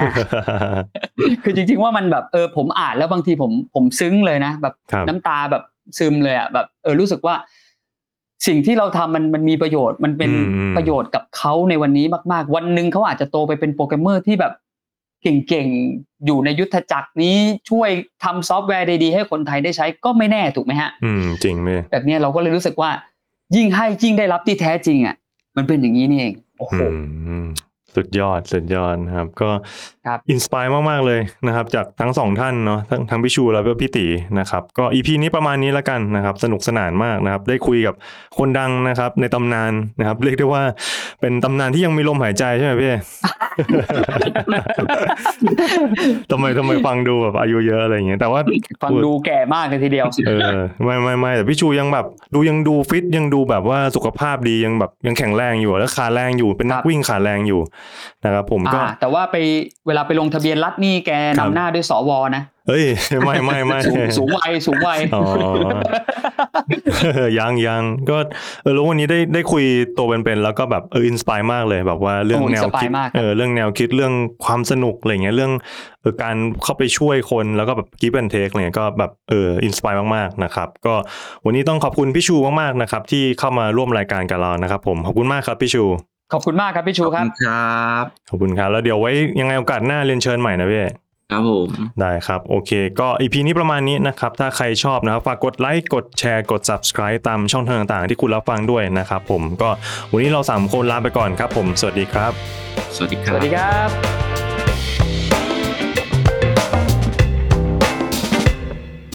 Speaker 2: คือจริงๆว่ามันแบบเออผมอ่านแล้วบางทีผมผมซึ้งเลยนะ แบบ
Speaker 3: ครับ
Speaker 2: น้ำตาแบบซึมเลยอ่ะแบบเออรู้สึกว่า สิ่งที่เราทำมันมันมีประโยชน์มันเป็น
Speaker 3: อืม
Speaker 2: ประโยชน์กับเขาในวันนี้มาก ๆ วันหนึ่งเขาอาจจะโตไปเป็นโปรแกรมเมอร์ที่แบบเก่งๆ อยู่ในยุทธจักรนี้ช่วยทำซอฟต์แวร์ดีๆให้คนไทยได้ใช้ก็ไม่แน่ถูกไหมฮะ
Speaker 3: อืม จริงไหม
Speaker 2: แบบเนี้ยเราก็เลยรู้สึกว่า ยิ่งให้ยิ่งได้รับที่แท้จริงอ่ะมันเป็นอย่างนี้นี่เองโอ้โห
Speaker 3: อืม สุดยอด สุดยอดนะครับ ก็
Speaker 2: ครับ
Speaker 3: อินสปายมาก ๆ เลยนะครับ จากทั้งสองท่านเนาะทั้งทั้งพี่ชูแล้วก็พี่ตีนะครับ ก็อีพีนี้ประมาณนี้ละกันนะครับ สนุกสนานมากนะครับ ได้คุยกับคนดังนะครับ ในตำนานนะครับ เรียกได้ว่าเป็นตำนานที่ยังมีลมหายใจใช่ไหมพี่ ทำไมทำไมฟังดูแบบอายุเยอะอะไรอย่างเงี้ยแต่ว่า
Speaker 2: ฟังดูแก่มากเลยทีเดียว
Speaker 3: เออไม่ไม่ไม่แต่พี่ชูยังแบบดูยังดูฟิตยังดูแบบว่าสุขภาพดียังแบบยังแข็งแรงอยู่แล้วขาแรงอยู่เป็น
Speaker 2: ค
Speaker 3: นัก
Speaker 2: รับ
Speaker 3: วิ่งขาแรงอยู่นะครับผมก็
Speaker 2: อ่าแต่ว่าไปเวลาไปลงทะเบียนรัฐนี่แก
Speaker 3: ครับ
Speaker 2: นำหน้าด้วยสวนะ
Speaker 3: เอ้ย ไม่ไม่ไม่
Speaker 2: สูงสูงวัยสูงวัย
Speaker 3: อ๋อ ยังยังก็เออแล้ววันนี้ได้ได้คุยตัวเป็นๆแล้วก็แบบเอออินสปายมากเลยแบบว่าเรื่อง
Speaker 2: โโห
Speaker 3: แนว
Speaker 2: สปา
Speaker 3: คิ
Speaker 2: ย
Speaker 3: ด
Speaker 2: มาก
Speaker 3: เออเรื่องแนวคิดเรื่องความสนุกอะไรเงี้ยเรื่องเออการเข้าไปช่วยคนแล้วก็แบบกิฟต์แอนเทคอะไรเงี้ยก็แบบเอออินสปายมากๆนะครับ ก็วันนี้ต้องขอบคุณพี่ชูมากๆนะครับ ที่เข้ามาร่วมรายการกับเรานะครับ ผมขอบคุณมากครับพี่ชู
Speaker 2: ขอบคุณมากครับพี่ชูครับ
Speaker 4: ขอณครับ
Speaker 3: ขอบคุณครับแล้วเดี๋ยวไว้ยังไงโอกาสหน้าเรียนเชิญใหม่นะพี่
Speaker 4: ครับผม
Speaker 3: ได้ครับ โอเค ก็ EP นี้ประมาณนี้นะครับ ถ้าใครชอบนะครับ ฝากกดไลค์กดแชร์กด subscribe ตามช่องทางต่างๆ ที่คุณรับฟังด้วยนะครับผมก็วันนี้เราสามคนลาไปก่อนครับผม สวัสดีครับ
Speaker 4: สวัสดีค
Speaker 2: ส
Speaker 4: รั
Speaker 2: วัส
Speaker 4: บ
Speaker 2: ดีครับ